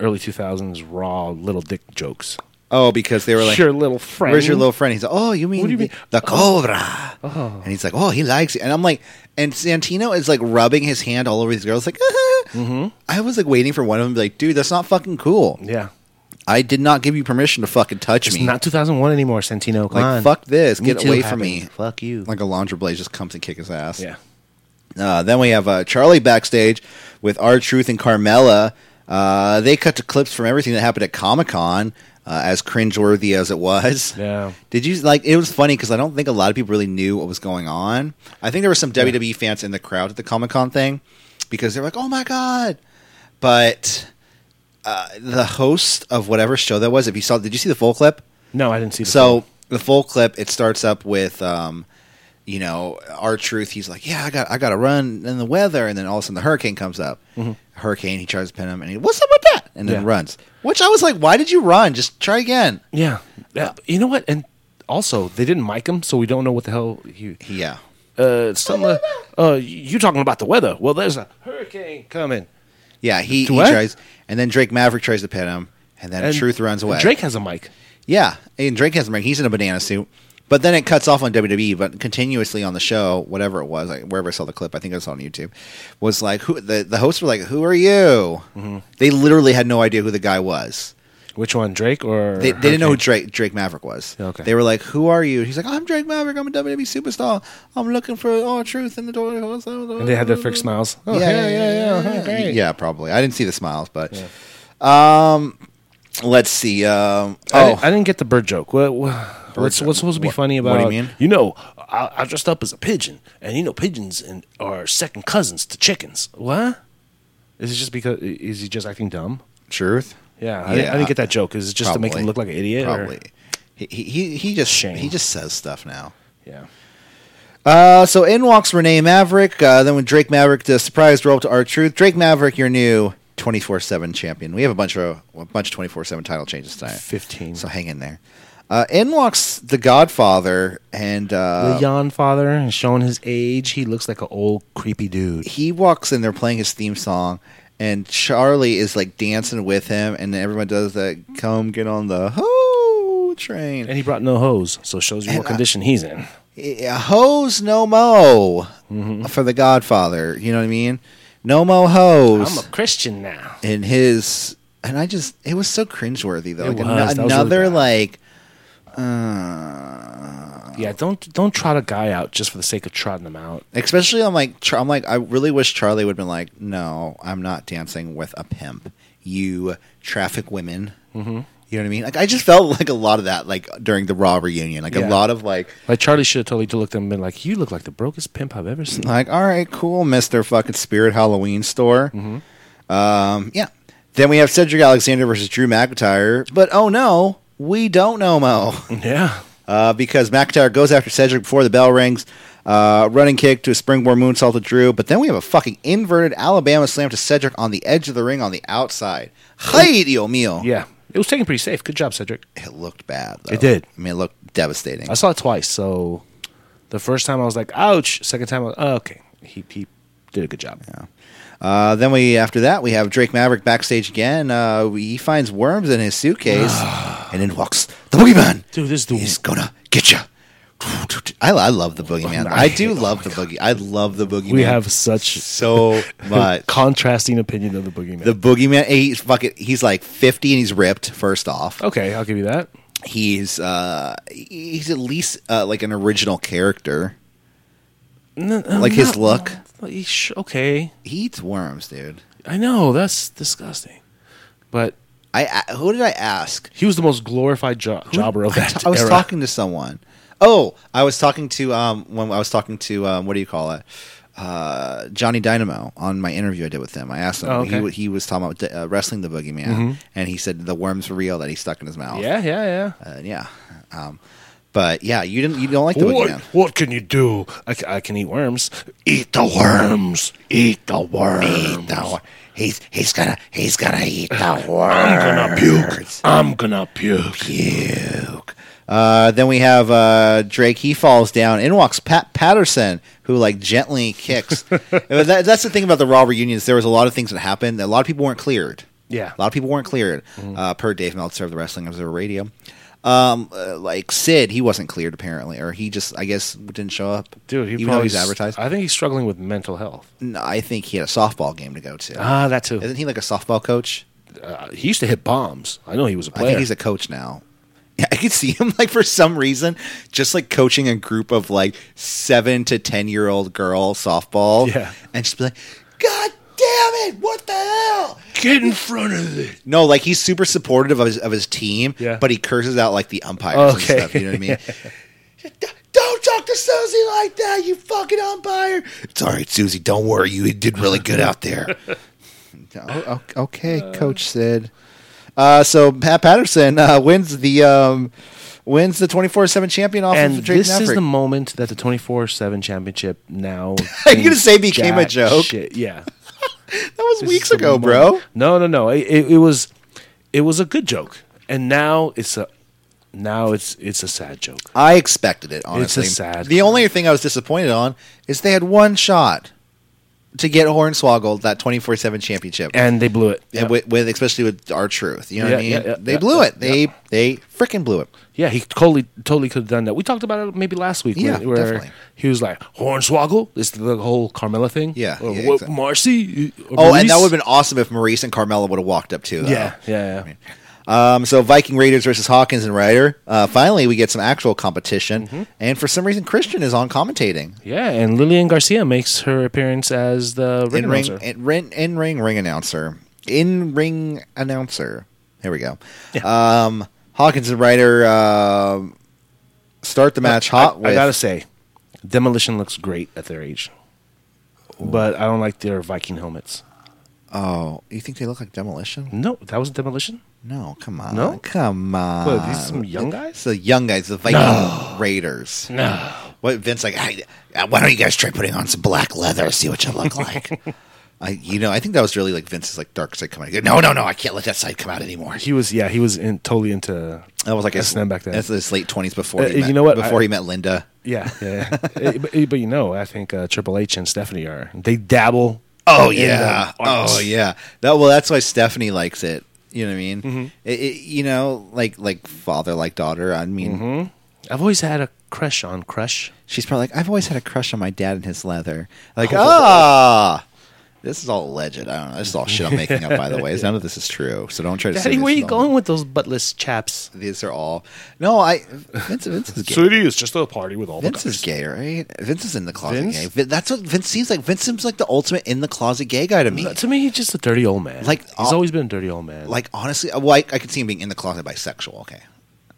early 2000s raw little dick jokes.
Oh, because they were like,
your little friend.
"Where's your little friend?" He's like, "Oh, you mean,
What do you
the-
mean? Oh.
the Cobra?" And he's like, "Oh, he likes it." And I'm like, and Santino is like rubbing his hand all over these girls, like. "Uh-huh."
Mm-hmm.
I was like waiting for one of them to be like, "Dude, that's not fucking cool.
Yeah.
I did not give you permission to fucking touch
It's
me."
not 2001 anymore, Santino. Come
Like,
on.
fuck this.
Me
Get
Too
away from
happens.
me.
Fuck you.
like a laundry blade just comes and kicks his ass.
yeah.
Uh, then we have uh, Charlie backstage with R Truth and Carmella. Uh, they cut to clips from everything that happened at Comic Con, uh, as cringeworthy as it was.
Yeah.
Did you like? It was funny because I don't think a lot of people really knew what was going on. I think there were some WWE fans in the crowd at the Comic Con thing because they're like, "Oh my god!" But uh, the host of whatever show that was, if you saw, did you see the full clip?
No, I didn't see the
So the full clip it starts up with um, you know our truth. He's like, yeah, I got I got to run in the weather, and then all of a sudden the hurricane comes up. Hurricane. He tries to pin him, and he what's up with that? And then
Mm-hmm. Yeah.
runs. Which I was like, why did you run? Just try again.
Yeah.
uh,
yeah. You know what? And also, they didn't mic him, so we don't know what the hell he.
Yeah.
Uh, some, uh, uh, you talking about the weather? Well, there's a hurricane coming.
Yeah, he, he
What?
tries, and then Drake Maverick tries to pin him, and then Truth runs away.
Drake has a mic.
yeah, and Drake has a he's in a banana suit, but then it cuts off on WWE, but continuously on the show, whatever it was, like, wherever I saw the clip, I think it was on YouTube, was like who the the hosts were like, "Who are you?"
Mm-hmm.
They literally had no idea who the guy was.
Which one, Drake or?
They, they didn't know who
Hurricane?
Drake Drake Maverick was.
Okay.
They were like, "Who are you?" He's like, "I'm Drake Maverick. I'm a WWE superstar. I'm looking for all truth in the door."
And they had their fake smiles. Oh,
Mm-hmm. yeah, yeah, yeah, yeah, yeah. Yeah, probably. I didn't see the smiles, but um, let's see. Um,
I,
oh,
didn't, I didn't get the bird joke. What, what, what's, what's supposed to be
What-
funny
what
about?
do you mean?
You know, I, I dressed up as a pigeon, and you know, pigeons and are second cousins to chickens. What? Is it just because? Is he just acting dumb?
truth.
Yeah, I, didn't, I didn't get that joke. Is it just to make him
Probably.
look like an idiot? or-
Probably. He, he- he he just
Shame.
he just says stuff now.
yeah.
Uh, so in walks Renee Maverick. Uh, then when Drake Maverick the surprise roll to our truth, Drake Maverick, your new twenty four seven champion. We have a bunch of a bunch of twenty four seven title changes tonight.
15.
So hang in there. Uh, in walks the Godfather, and
the
uh,
Yon father and showing his age. He looks like an old creepy dude.
he walks in. They're playing his theme song, and Charlie is like dancing with him, and everyone does that. Come get on the ho train.
And he brought no hose, so it shows you what condition he's in.
Yeah, Eh, hoes no mo
Mm-hmm.
for the Godfather. You know what I mean? No mo
I'm a
hoes
Christian now.
in his, and I just it was so cringeworthy though.
It
like an-
was. That was
another
really bad.
like, uh,
Yeah, don't don't trot a guy out just for the sake of trotting him out.
especially I'm like Char- I'm like I really wish Charlie would have been like, no, I'm not dancing with a pimp. You traffic women. Mm-hmm. You know what I mean? Like I just felt like a lot of that like during the Raw reunion, like a
Yeah.
lot of like.
Like Charlie should have totally looked at him and been like, "You look like the brokest pimp I've ever seen."
Like, all right, cool, Mister Fucking Spirit Halloween Store.
Mm-hmm.
Um, yeah. Then we have Cedric Alexander versus Drew McIntyre, but oh no, we don't know Mo
Yeah,
uh, because McIntyre goes after Cedric before the bell rings. Uh, running kick to a springboard moonsault to Drew, but then we have a fucking inverted Alabama slam to Cedric on the edge of the ring on the outside. Hey, Dios mío.
Yeah, it was taken pretty safe. Good job, Cedric.
It looked bad. Though.
It did.
I mean, it looked devastating.
I saw it twice. So the first time I was like, ouch. Second time, I was, oh, okay. He, he did a good job.
Uh, then we after that we have Drake Maverick backstage again. Uh, he finds worms in his suitcase, and in walks the boogeyman.
Dude, this dude-
he's gonna get you. I, I love the boogeyman. I, do love the boogie. I love the boogeyman.
Oh We have such
so much.
contrasting opinion of the boogeyman.
The boogeyman. He's fucking. He's like fifty and he's ripped. First off,
okay, I'll give you that.
he's uh he's at least uh, like an original character.
uh,
Like his look.
He sh- okay,
He eats worms, dude.
I know that's disgusting, but
I, I who did I ask?
he was the most glorified jo- jobber of
I
that
was
era.
talking to someone. Oh, I was talking to um when I was talking to um what do you call it? Uh, Johnny Dynamo on my interview I did with him. I asked him
Oh,
he,
okay. Mm-hmm.
wa- he was talking about uh, wrestling the boogeyman, and he said the worms were real that he stuck in his mouth.
Yeah, yeah, yeah.
uh, yeah. Um, but yeah, you didn't you don't like the boogeyman.
what can you do? I, c- I can eat worms. Eat the worms. Eat the worms.
Eat the wor- He's he's gonna he's gonna eat the worms.
I'm gonna puke.
Duke. Uh, then we have uh, Drake. He falls down. In walks Pat Patterson, who like gently kicks. Uh, That- that's the thing about the Raw reunions. There was a lot of things that happened. A lot of people weren't cleared.
Yeah. Mm-hmm.
a lot of people weren't cleared. Uh, per Dave Meltzer of the Wrestling Observer Radio, um, uh, like Sid, he wasn't cleared apparently, or he just I guess didn't show up.
Dude, he
even though
probably
he's
s-
advertised.
I think he's struggling with mental health.
No, I think he had a softball game to go to.
Ah, that too.
Isn't he like a softball coach?
Uh, he used to hit bombs. I know he was a
I
player.
think he's a coach now. Yeah, I could see him like for some reason just like coaching a group of like seven to ten year old girl softball.
Yeah.
And just be like, God damn it, what the hell?
Get in front of it.
No, like he's super supportive of his of his team,
Yeah.
but he curses out like the umpires
Okay.
and stuff. You know what I mean? "D- Don't talk to Susie like that, you fucking umpire. It's all right, Susie. Don't worry. You did really good out there. O- Oh, o- okay, Coach Sid. Uh, so Pat Patterson uh, wins the um, wins the twenty four seven champion off
And
of Drake
this is
Maverick.
the moment that the 24 7 championship now.
Are you gonna
means
say became a
jack
joke?
Shit. Yeah.
that was
This
weeks
is the
ago, bro.
moment. No, no, no. It, it, it was it was a good joke. And now it's a now it's it's a sad joke.
I expected it honestly.
sad
the only thing I was disappointed on is they had one shot to get Hornswoggled that twenty four seven championship.
And they blew it.
Yeah,
Yeah,
with, with especially with our truth. You know what I mean?
Yeah, yeah, yeah,
they
yeah,
blew
yeah,
it. They they freaking blew it.
Yeah, he totally totally could have done that. We talked about it maybe last week
Yeah,
where, where
definitely.
he was like Hornswoggle, this the whole Carmela thing.
Yeah,
Or,
yeah,
what,
exactly.
Marcy? or
Oh, and
Maurice?
that oh, would have been awesome if Maurice and Carmella would have walked up too. Though.
Yeah, yeah, yeah.
Um, so Viking Raiders versus Hawkins and Ryder. Uh, finally, we get some actual competition,
Mm-hmm.
and for some reason, Christian is on commentating
Yeah, and Lillian Garcia makes her appearance as the ring
in ring
announcer.
in ring in ring ring announcer in ring announcer. Here we go. Um, Hawkins and Ryder uh, start the match
I-
hot.
I,
with,
gotta say, Demolition looks great at their age, but I don't like their Viking helmets.
oh, you think they look like demolition?
No, that was Demolition.
No, come on.
No?
Come on.
What, these some young guys?
It's the young guys, the Viking Raiders.
No.
What Vince like? "Hey, uh, why don't you guys try putting on some black leather, see what you look like? I, you know, I think that was really like Vince's like dark side coming. out. He goes, No, no, no, I can't let that side come out anymore.
He was yeah, he was in, totally into
That was like his,
SNM back then.
That's his late twenties before.
Uh,
he
you
met,
know what?
Before
I-
he met Linda.
yeah, yeah. yeah. Eh, but, but you know, I think uh, Triple H and Stephanie are they dabble.
Oh
in the
yeah.
arts.
Oh yeah. That well, that's why Stephanie likes it. You know what I mean?
Mm-hmm.
It, it, you know, like like father like daughter. I mean,
Mm-hmm. I've always had a crush on Crush.
She's probably like, I've always had a crush on my dad and his leather. Like,
Oh.
ah, this is all legend. I don't know. This is all shit I'm making up, by the way. None of this is true. So don't try to. say
Daddy,
this
where
is
you
all-
going with those buttless chaps?
These are all. No, I. Vince, Vince is gay.
is just a party with all
Vince is gay, right? Vince is in the closet
Vince?
gay. Vi- That's what Vince seems like. Vince seems like the ultimate in the closet gay guy to me.
To me, he's just a dirty old man.
Like,
he's
all-
always been a dirty old man.
Like honestly, uh, well, I, I could see him being in the closet bisexual. Okay,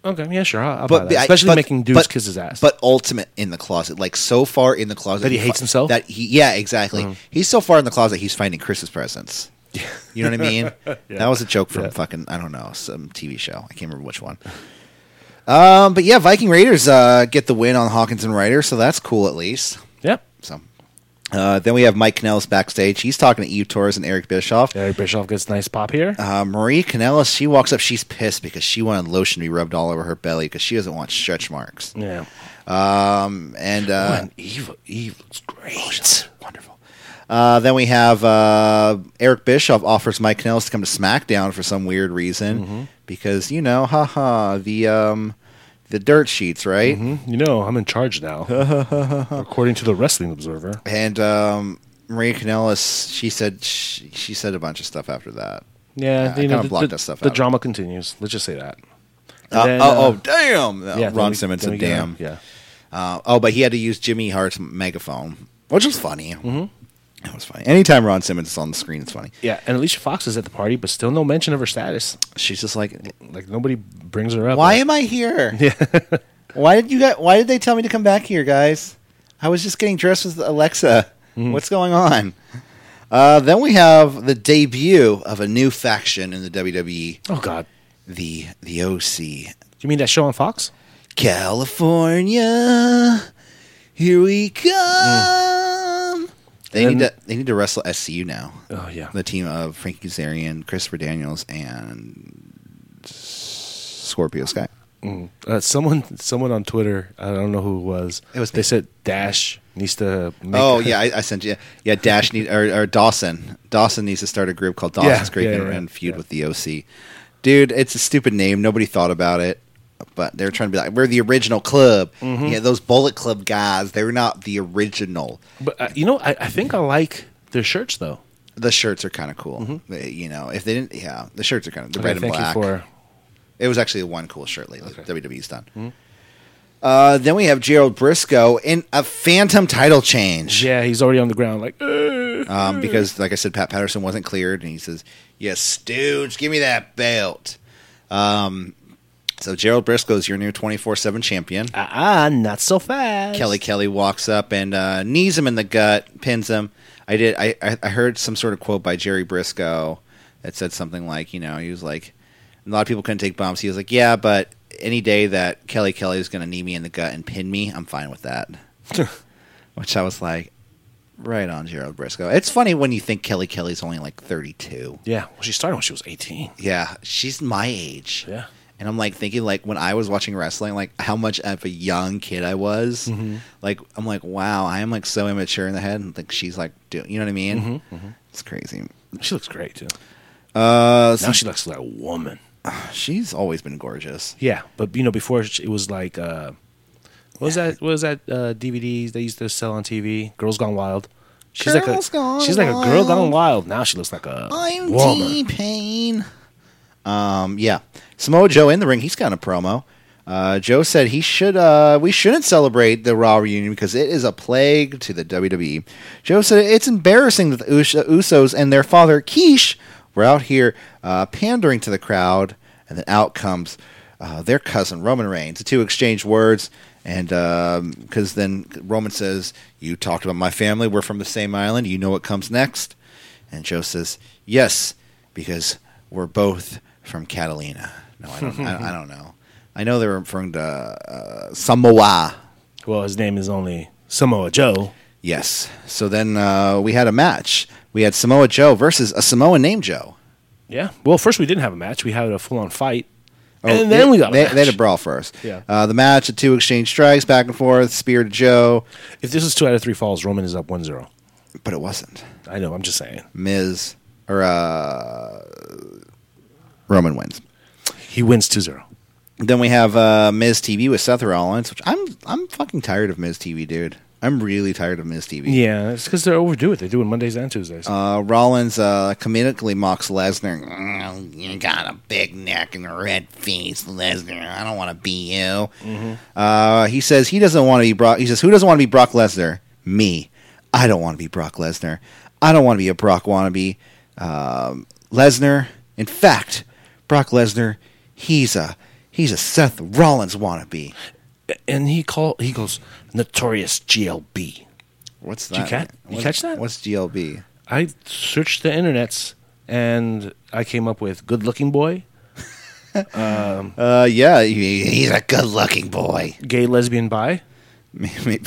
okay, yeah, sure, I'll, I'll buy
but
that.
I-
especially
but-
making dudes
but-
kiss his ass.
But ultimate in the closet, like so far in the closet
That he hates
fi-
himself? Mm-hmm.
That he, yeah, exactly. He's so far in the closet, he's finding Chris's presents. You know what I mean? That was a joke from
Yeah.
fucking I don't know some TV show. I can't remember which one. Um, but yeah, Viking Raiders uh, get the win on Hawkins and Ryder, so that's cool at least.
Yeah.
So uh, then we have Mike Kanellis backstage. He's talking to Eve Torres and Eric Bischoff.
Eric Bischoff gets nice pop here.
Uh, Marie Kanellis, she walks up. She's pissed because she wanted lotion to be rubbed all over her belly because she doesn't want stretch marks.
yeah.
Um, and uh,
Man, Eve, Eve looks great.
wonderful. Uh, then we have uh, Eric Bischoff offers Mike Kanellis to come to SmackDown for some weird reason
Mm-hmm.
because you know, haha, the um, the dirt sheets, right?
Hmm, You know, I'm in charge now. According to the Wrestling Observer.
And um, Maria Kanellis, she said she, she said a bunch of stuff after that.
Yeah,
I
you
kinda
know, the,
blocked
the-
that stuff
the
out.
drama continues. Let's just say that.
Uh,
Then,
oh,
uh,
oh, damn! Uh,
yeah, then
Ron
we-
Simmons
then
said,
we get-
"Damn."
Yeah.
Uh, oh, but he had to use Jimmy Hart's megaphone, which was funny. It was funny. Anytime Ron Simmons is on the screen, it's funny.
Mm-hmm. Yeah, and Alicia Fox is at the party, but still no mention of her status.
She's just like,
Like nobody brings her up.
"Why am I here? why did you guys, Why did they tell me to come back here, guys? I was just getting dressed with Alexa.
Mm-hmm.
What's going on?" Uh, then we have the debut of a new faction in the WWE,
Oh God,
the the OC,
you mean that show on Fox?
California, here we come. They need
And-
to they need to wrestle SCU now.
Oh yeah,
The team of Frankie Kazarian, Christopher Daniels, and Scorpio Sky.
uh, someone someone on Twitter. I don't know who it was.
It was
they
me.
said Dash needs to. Make
Oh yeah, I, I sent you. Yeah, Dash need or, or Dawson. Dawson needs to start a group called Dawson's
Yeah,
Creek
yeah,
and,
yeah,
and feud
yeah.
with the OC. Dude, it's a stupid name. Nobody thought about it, but they're trying to be like we're the original club.
Mm-hmm.
Yeah, those Bullet Club guys. They're not the original.
but uh, you know, I, I think I like their shirts though.
The shirts are kind of cool. They- you know, if they didn't, yeah, the shirts are kind of the
Mm-hmm. Okay,
red and
thank
black.
you for.
It was actually one cool shirt lately. WWE's done. Uh, then we have Gerald Briscoe in a phantom title change
Yeah, he's already on the ground. Like, "Uh."
um, because, like I said, Pat Patterson wasn't cleared, and he says, "Yes, stooge, give me that belt." Um, so Gerald Briscoe is your new twenty four seven champion.
ah, ah, not so fast.
Kelly Kelly walks up and uh, knees him in the gut, pins him. I did. I, I I heard some sort of quote by Jerry Briscoe that said something like, you know, he was like, a lot of people couldn't take bumps. He was like, yeah, but any day that Kelly Kelly is going to knee me in the gut and pin me, I'm fine with that. Which I was like, right on, Gerald Briscoe. It's funny when you think Kelly Kelly's only like 32.
Yeah, well, she started when she was 18.
Yeah, she's my age.
Yeah.
And I'm like thinking, like when I was watching wrestling, like how much of a young kid I was. Like I'm like, wow, I am like so immature in the head, and like she's like, do you know what I mean? It's crazy.
She looks great too.
Uh,
Now
so
she looks like a woman.
she's always been gorgeous.
Yeah, but you know, before sh- it was like, uh, what was that? What was that uh, DVDs they used to sell on TV? Girls Gone Wild. She's like
Girls
a
Gone
she's like a girl gone
Wild.
wild. Now she looks like a
I'm
woman.
T Pain. Um, yeah, Samoa Joe in the ring. He's got a promo. Uh, Joe said he should. Uh, we shouldn't celebrate the Raw reunion because it is a plague to the WWE. Joe said it's embarrassing that the Us- Usos and their father Keish were out here uh, pandering to the crowd, and then out comes uh, their cousin Roman Reigns. The two exchange words, and because then Roman says, "You talked about my family. We're from the same island. You know what comes next." And Joe says, "Yes, because we're both from Catalina." No, I don't. I, I don't know. I know they're from the, uh, Samoa.
Well, his name is only Samoa Joe.
Yes. So then uh, we had a match. We had Samoa Joe versus a Samoan named Joe.
Yeah. Well, first we didn't have a match. We had a full on fight,
Oh,
and then
they-
we got a
they,
match.
they had a brawl first.
Yeah.
Uh, the match, the two exchange strikes back and forth, spear to Joe,
If this is two out of three falls, Roman is up 1-0.
but it wasn't.
I know. I'm just saying.
Miz or uh, Roman wins.
He wins 2-0.
Then we have uh, Miz TV with Seth Rollins, which I'm I'm fucking tired of Miz TV, dude. I'm really tired of Miz TV.
Yeah, it's because they're overdue it. They do it Mondays and Tuesdays.
Uh, Rollins uh, comedically mocks Lesnar. "Mm, You got a big neck and a red face, Lesnar. I don't want to be you. Uh, he says he doesn't want to be Brock. He says who doesn't want to be Brock Lesnar? Me. I don't want to be Brock Lesnar. I don't want to be a Brock wannabe. Um, Lesnar. In fact, Brock Lesnar. He's a he's a Seth Rollins wannabe.
and he call he goes notorious GLB.
What's
you
that?
cat- you
What's-
catch that?
What's GLB?
I searched the internets and I came up with good looking boy,
Uh, yeah, he- he's a good-looking boy.
Gay, lesbian, bi.
Maybe.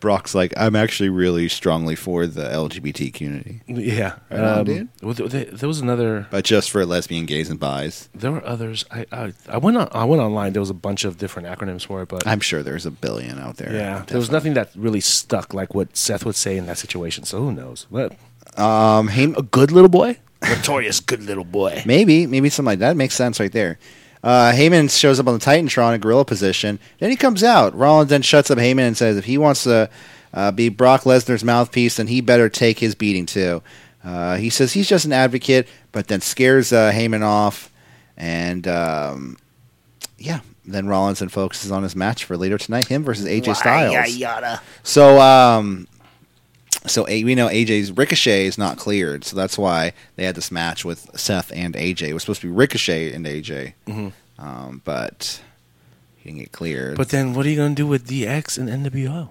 Brock's like, I'm actually really strongly for the LGBT community,
Yeah, um,
Right on, dude.
well, th- th- there was another.
but just for lesbian, gays, and bis.
There were others. I, I I went on. I went online. There was a bunch of different acronyms for it, but
I'm sure there's a billion out there.
yeah,
Um,
there was nothing that really stuck like what Seth would say in that situation. So who knows? What
Um, hey,
a good little boy, notorious good little boy.
Maybe, maybe something like that makes sense right there. Uh, Heyman shows up on the Titantron in gorilla position. Then he comes out. Rollins then shuts up Heyman and says, if he wants to uh, be Brock Lesnar's mouthpiece, then he better take his beating too. Uh, he says he's just an advocate, but then scares uh, Heyman off. And um, yeah, then Rollins then focuses on his match for later tonight, him versus AJ Styles. So um, so A- we know AJ's Ricochet is not cleared, so that's why they had this match with Seth and AJ. It was supposed to be Ricochet and AJ, um, but he didn't get cleared.
Mm-hmm. But then, what are you gonna do with DX and NWO?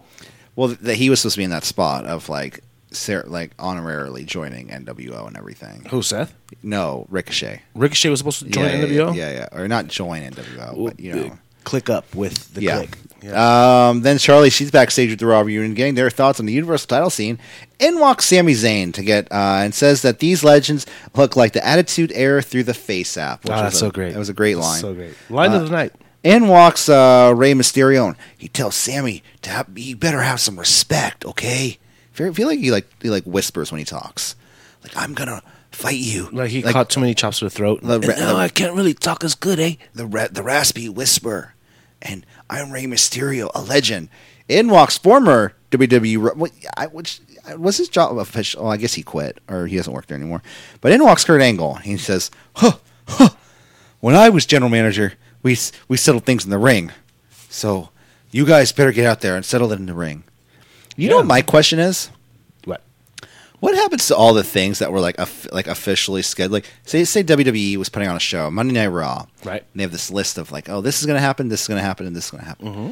well, th- he was supposed to be in that spot of like ser- like honorarily joining NWO and everything.
Who Seth?
No, Ricochet
Ricochet was supposed to join
yeah, yeah,
NWO.
Yeah, yeah, or not join NWO, but you know.
click up with the
Yeah.
click.
Um, then Charlie, she's backstage with the Raw reunion, getting their thoughts on the Universal title scene. In walks Sami Zayn to get uh, and says that these legends look like the Attitude Era through the Face app.
Wow,
was
Ah, that's
a-
so great.
That was a great
That's
line.
So great. Line
Uh,
of the night.
In walks uh, Rey Mysterio. And he tells Sammy to have, you better have some respect, okay? Feel, feel like he like he like whispers when he talks, like I'm gonna fight you.
Like he caught too many chops to the throat.
The re-
And now
the-
I can't really talk as good, eh?
the ra- the raspy whisper, and I'm Rey Mysterio, a legend. In walks former WWE, re- what- I- which I- was his job official. Well, I guess he quit or he doesn't work there anymore. But in walks Kurt Angle. He says, "Huh, huh. When I was general manager, we s- we settled things in the ring. So you guys better get out there and settle it in the ring." You know
Yeah.
what my question is?
What?
What happens to all the things that were like of- like officially scheduled? Like say say WWE was putting on a show Monday Night Raw,
Right.
And they have this list of like, oh, this is going to happen, this is going to happen, and this is going to happen.
Mm-hmm.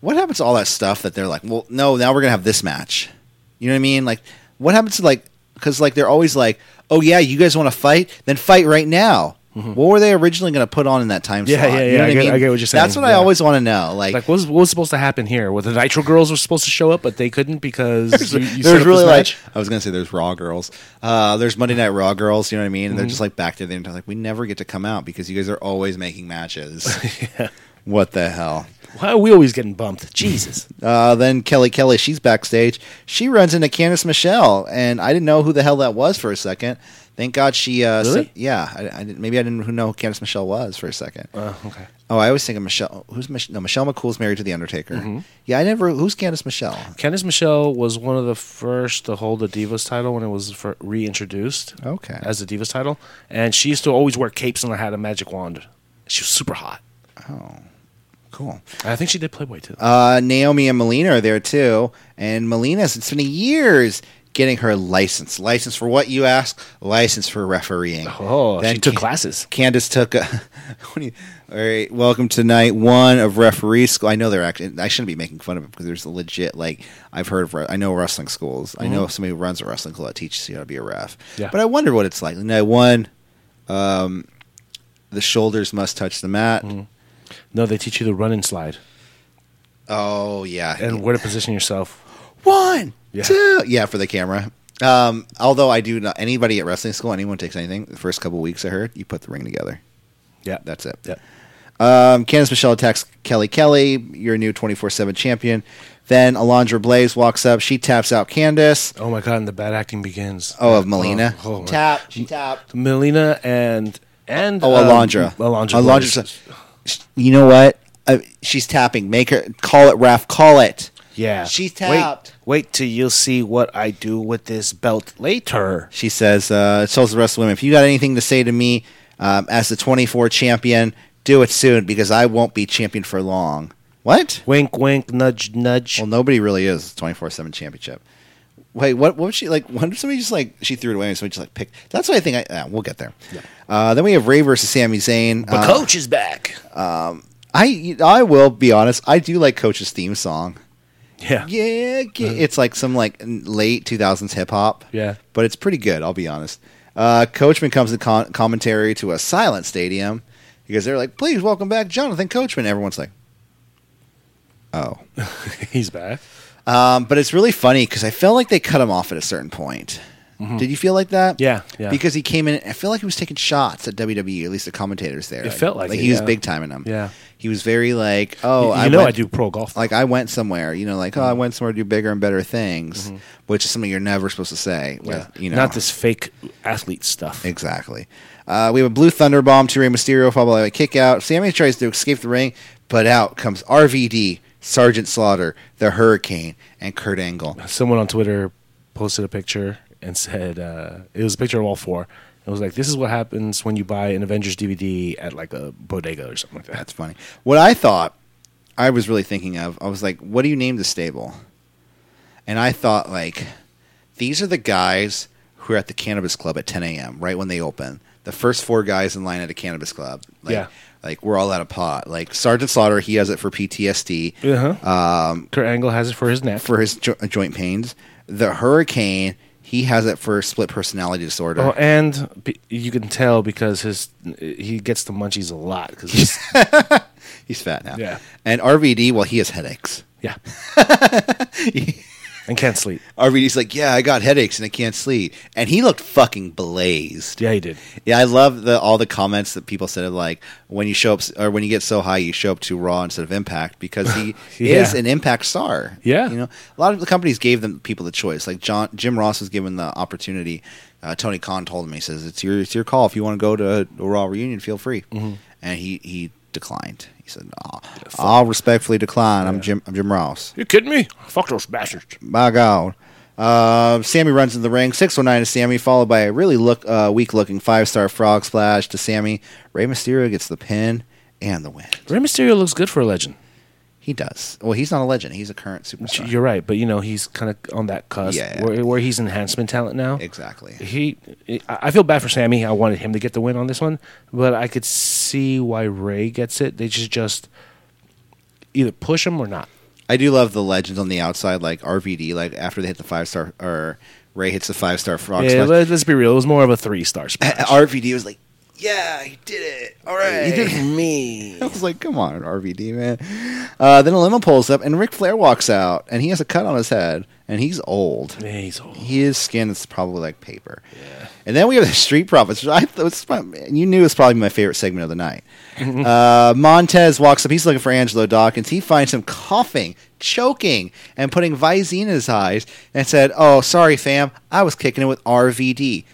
What happens to all that stuff that they're like, well, no, now we're going to have this match. You know what I mean? Like, what happens to like because like they're always like, oh yeah, you guys want to fight, then fight right now. What were they originally going to put on in that time
Mm-hmm. Yeah,
slot? You
yeah, yeah,
know
I
what
get-
mean?
I get what you're
That's
saying,
what I
yeah.
always want to know. Like,
Like what was, what was supposed to happen here? Well, the Nitro Girls were supposed to show up, but they couldn't because you, you set
there's
up
really
this
like
match.
I was gonna say there's Raw girls. Uh, there's Monday Night Raw girls. You know what I mean? And they're just like back there. They're like, we never get to come out because you guys are always making matches. What the hell?
why are we always getting bumped? Jesus.
Uh, then Kelly Kelly, she's backstage. She runs into Candice Michelle, and I didn't know who the hell that was for a second. Thank God she. Uh,
Really?
said- yeah, I, I didn't, maybe I didn't know who Candice Michelle was for a second.
Oh, okay.
oh, I always think of Michelle. Who's Mich- no Michelle McCool's married to the Undertaker? Yeah, I never. Who's Candice Michelle?
Candice Michelle was one of the first to hold the Divas title when it was fir- reintroduced.
Okay.
As the Divas title, and she used to always wear capes and had a magic wand. She was super hot.
Cool.
And I think she did Playboy too.
Uh, Naomi and Melina are there too, and Melina's it's been years getting her license. License for what you ask? License for refereeing.
oh,
Then
she took
Can-
classes.
Candace took. A, what do you- all right, welcome to night one of referee school. I know they're actually. I shouldn't be making fun of it because there's a legit like I've heard of. re- I know wrestling schools. I know somebody who runs a wrestling school that teaches you how to be a ref.
Mm-hmm. Yeah.
But I wonder what it's like. Night one, um, the shoulders must touch the mat.
Mm-hmm. No, they teach you the run and slide
Oh yeah,
and where to position yourself.
one,
Yeah.
two. Yeah, for the camera. Um, although I do not, anybody at wrestling school, anyone takes anything, the first couple weeks I heard, you put the ring together.
Yeah,
That's it.
Yeah.
Um, Candice Michelle attacks Kelly Kelly, your new 24 7 champion. Then Alondra Blaze walks up. She taps out Candice.
Oh my god! And the bad acting begins.
Oh, of Melina.
Oh, oh my-
Tap. She tapped.
Melina and and
Oh,
um,
Alondra.
Alondra.
Alondra's
Blaze.
You know what? Uh, she's tapping. Make her call it, Raph. Call it.
Yeah.
She tapped.
Wait, wait till you see what I do with this belt later.
She says, uh, tells the rest of the women, if you got anything to say to me um, as the 24 champion, do it soon because I won't be champion for long. What?
Wink, wink, nudge, nudge.
Well, nobody really is 24 7 championship. Wait, what? What was she like? When did somebody just like she threw it away and somebody just like picked? That's what I think. I uh, we'll get there. Uh, then we have Ray versus Sami Zayn.
the
Uh,
coach is back.
I I will be honest. I do like Coach's theme song.
yeah.
Yeah, g- it's like some like n- late 2000s hip hop.
Yeah.
But it's pretty good, I'll be honest. Uh, Coachman comes to con- commentary to a silent stadium. because they're like, please welcome back Jonathan Coachman. Everyone's like, oh.
He's back.
Um, but it's really funny because I felt like they cut him off at a certain point. Did you feel like that?
Mm-hmm. Yeah, yeah.
Because he came in, I feel like he was taking shots at WWE. At least the commentators there. It
felt like it,
he was
yeah.
big timing them.
Yeah.
he was very like, oh,
you
I
know
went-
I do pro golf.
Like I went somewhere, you know, like
Mm-hmm.
oh, I went somewhere to do bigger and better things, which is something you're never supposed to say.
Yeah.
With, you know,
Not this fake athlete stuff.
Exactly. Uh, we have a blue thunder bomb to Rey Mysterio, followed by a kick out. Sammy tries to escape the ring, but out comes RVD, Sergeant Slaughter, the Hurricane, and Kurt Angle.
Someone on Twitter posted a picture and said uh, it was a picture of all four. It was like this is what happens when you buy an Avengers DVD at like a bodega or something like that.
That's funny. What I thought, I was really thinking of, I was like, what do you name the stable? And I thought, like, these are the guys who are at the cannabis club at 10 a.m., right when they open. The first four guys in line at a cannabis club. Like,
Yeah.
Like, we're all out of pot. Like, Sergeant Slaughter, he has it for PTSD.
Uh-huh. Um, Kurt Angle has it for his neck.
for his jo- joint pains. The hurricane, he has it for split personality disorder.
Oh, and be, you can tell because his he gets the munchies a lot because he's
He's fat now.
Yeah.
And RVD, well, he has headaches.
yeah, and can't sleep.
RVD's like, yeah, I got headaches and I can't sleep. And he looked fucking blazed.
Yeah, he did.
Yeah, I love the all the comments that people said of like when you show up or when you get so high, you show up to Raw instead of Impact because he
Yeah.
is an Impact star.
Yeah.
you know, a lot of the companies gave them people the choice. Like John Jim Ross was given the opportunity. Uh, Tony Khan told him he says it's your it's your call if you want to go to a Raw reunion, feel free.
Mm-hmm.
And he he declined. He said, "Nah, "I'll respectfully decline. I'm Jim I'm Jim Ross."
You kidding me? Fuck those bastards.
My God. Uh, Sammy runs in the ring. 619 to Sammy, followed by a really look uh, weak looking five star frog splash to Sammy. Rey Mysterio gets the pin and the win.
Rey Mysterio looks good for a legend.
He does. Well, he's not a legend. He's a current superstar.
You're right, but you know he's kind of on that cusp
Yeah.
where, where he's enhancement talent now.
exactly.
He, I I feel bad for Sammy. I wanted him to get the win on this one, but I could see why Ray gets it. They just just either push him or not.
I do love the legends on the outside, like RVD, like after they hit the five star, or Ray hits the five star frog
Yeah,
splash.
let, us be real. It was more of a three star splash.
RVD was like, yeah, he did it. All right.
He did me.
I was like, come on, RVD, man. Uh, then a limo pulls up, and Ric Flair walks out, and he has a cut on his head, and he's old.
Yeah, he's old.
His skin is probably like paper. And then we have the Street Profits. Which I thought was my, you knew it's probably my favorite segment of the night. uh, Montez walks up. He's looking for Angelo Dawkins. He finds him coughing, choking, and putting Visine in his eyes and said, Oh, sorry, fam. I was kicking it with RVD.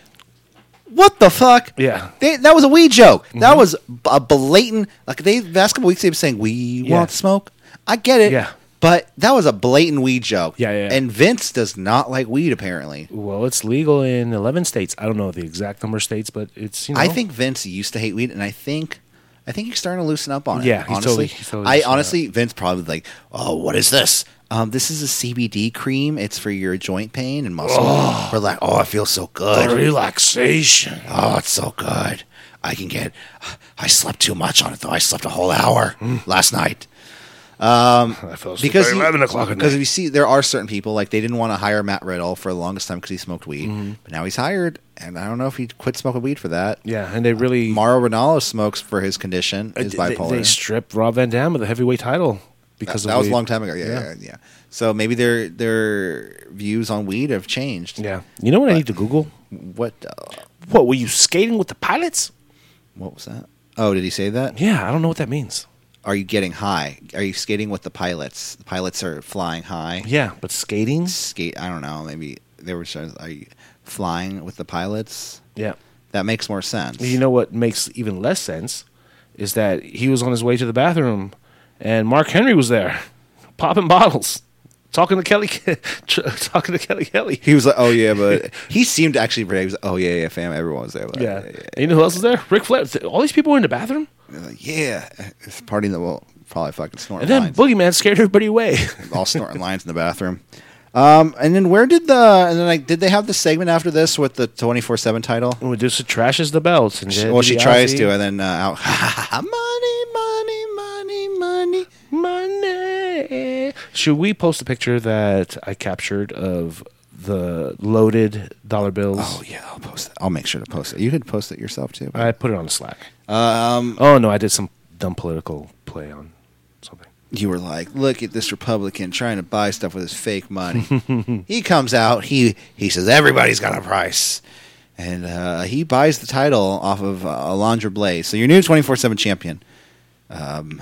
What the fuck?
Yeah. Mm-hmm.
They, that was a wee joke. That was b- a blatant. Like they the last couple weeks they've been saying we want smoke. I get it.
Yeah.
But that was a blatant weed joke.
Yeah, yeah, yeah.
And Vince does not like weed apparently.
Well, it's legal in 11 states. I don't know the exact number of states, but it's, you know.
I think Vince used to hate weed, and I think. I think he's starting to loosen up on it.
Yeah, he's
honestly,
totally- he's totally
I
loosening up.
honestly, Vince probably like, oh, what is this? Um, this is a CBD cream. It's for your joint pain and muscle. We're like, oh, I feel so good.
The relaxation.
Oh, it's so good. I can get. I slept too much on it though. I slept a whole hour
Hmm.
last night
I fell asleep
because
at
you-
11 o'clock at
Because
night.
if you see, there are certain people like they didn't want to hire Matt Riddle for the longest time because he smoked weed, but now he's hired, and I don't know if he quit smoking weed for that.
Mm-hmm. Yeah, and they really.
Mario Ronaldo smokes for his condition,
they-
his
Uh, they,
bipolar.
they stripped Rob Van Dam of the heavyweight title because
that
of
was a
weed.
long time ago. Yeah, yeah, yeah. yeah. So maybe their their views on weed have changed.
Yeah. You know what I need to Google?
What? Uh,
What, were you skating with the pilots?
what was that? Oh, did he say that?
Yeah, I don't know what that means.
Are you getting high? Are you skating with the pilots? The pilots are flying high.
Yeah, but skating?
skate. I don't know. Maybe they were just are you flying with the pilots.
Yeah.
That makes more sense.
You know what makes even less sense is that he was on his way to the bathroom and Mark Henry was there popping bottles, talking to Kelly, talking to Kelly Kelly.
he was like, "Oh yeah," but he seemed to actually brave. He was like, "Oh yeah, yeah, fam." Everyone was there. Like,
Yeah. And you know who else was there? Rick Flair. All these people were in the bathroom.
yeah. Like, yeah. It's a party that will probably fucking snort
And then
lines.
Boogeyman scared everybody away.
all snorting lines in the bathroom. Um, and then where did the and then like did they have the segment after this with the twenty four seven title?
Well, just trashes the belt. And
Well, she tries to, and then uh, out money, money, money, money.
Money. Should we post a picture that I captured of the loaded dollar bills.
Oh yeah, I'll post that. I'll make sure to post it. You could post it yourself too.
I put it on Slack.
Um,
Oh no, I did some dumb political play on something.
you were like, look at this Republican trying to buy stuff with his fake money. he comes out. He he says everybody's got a price, and uh, he buys the title off of uh, Alondra Blaze. So your new twenty four seven champion, um,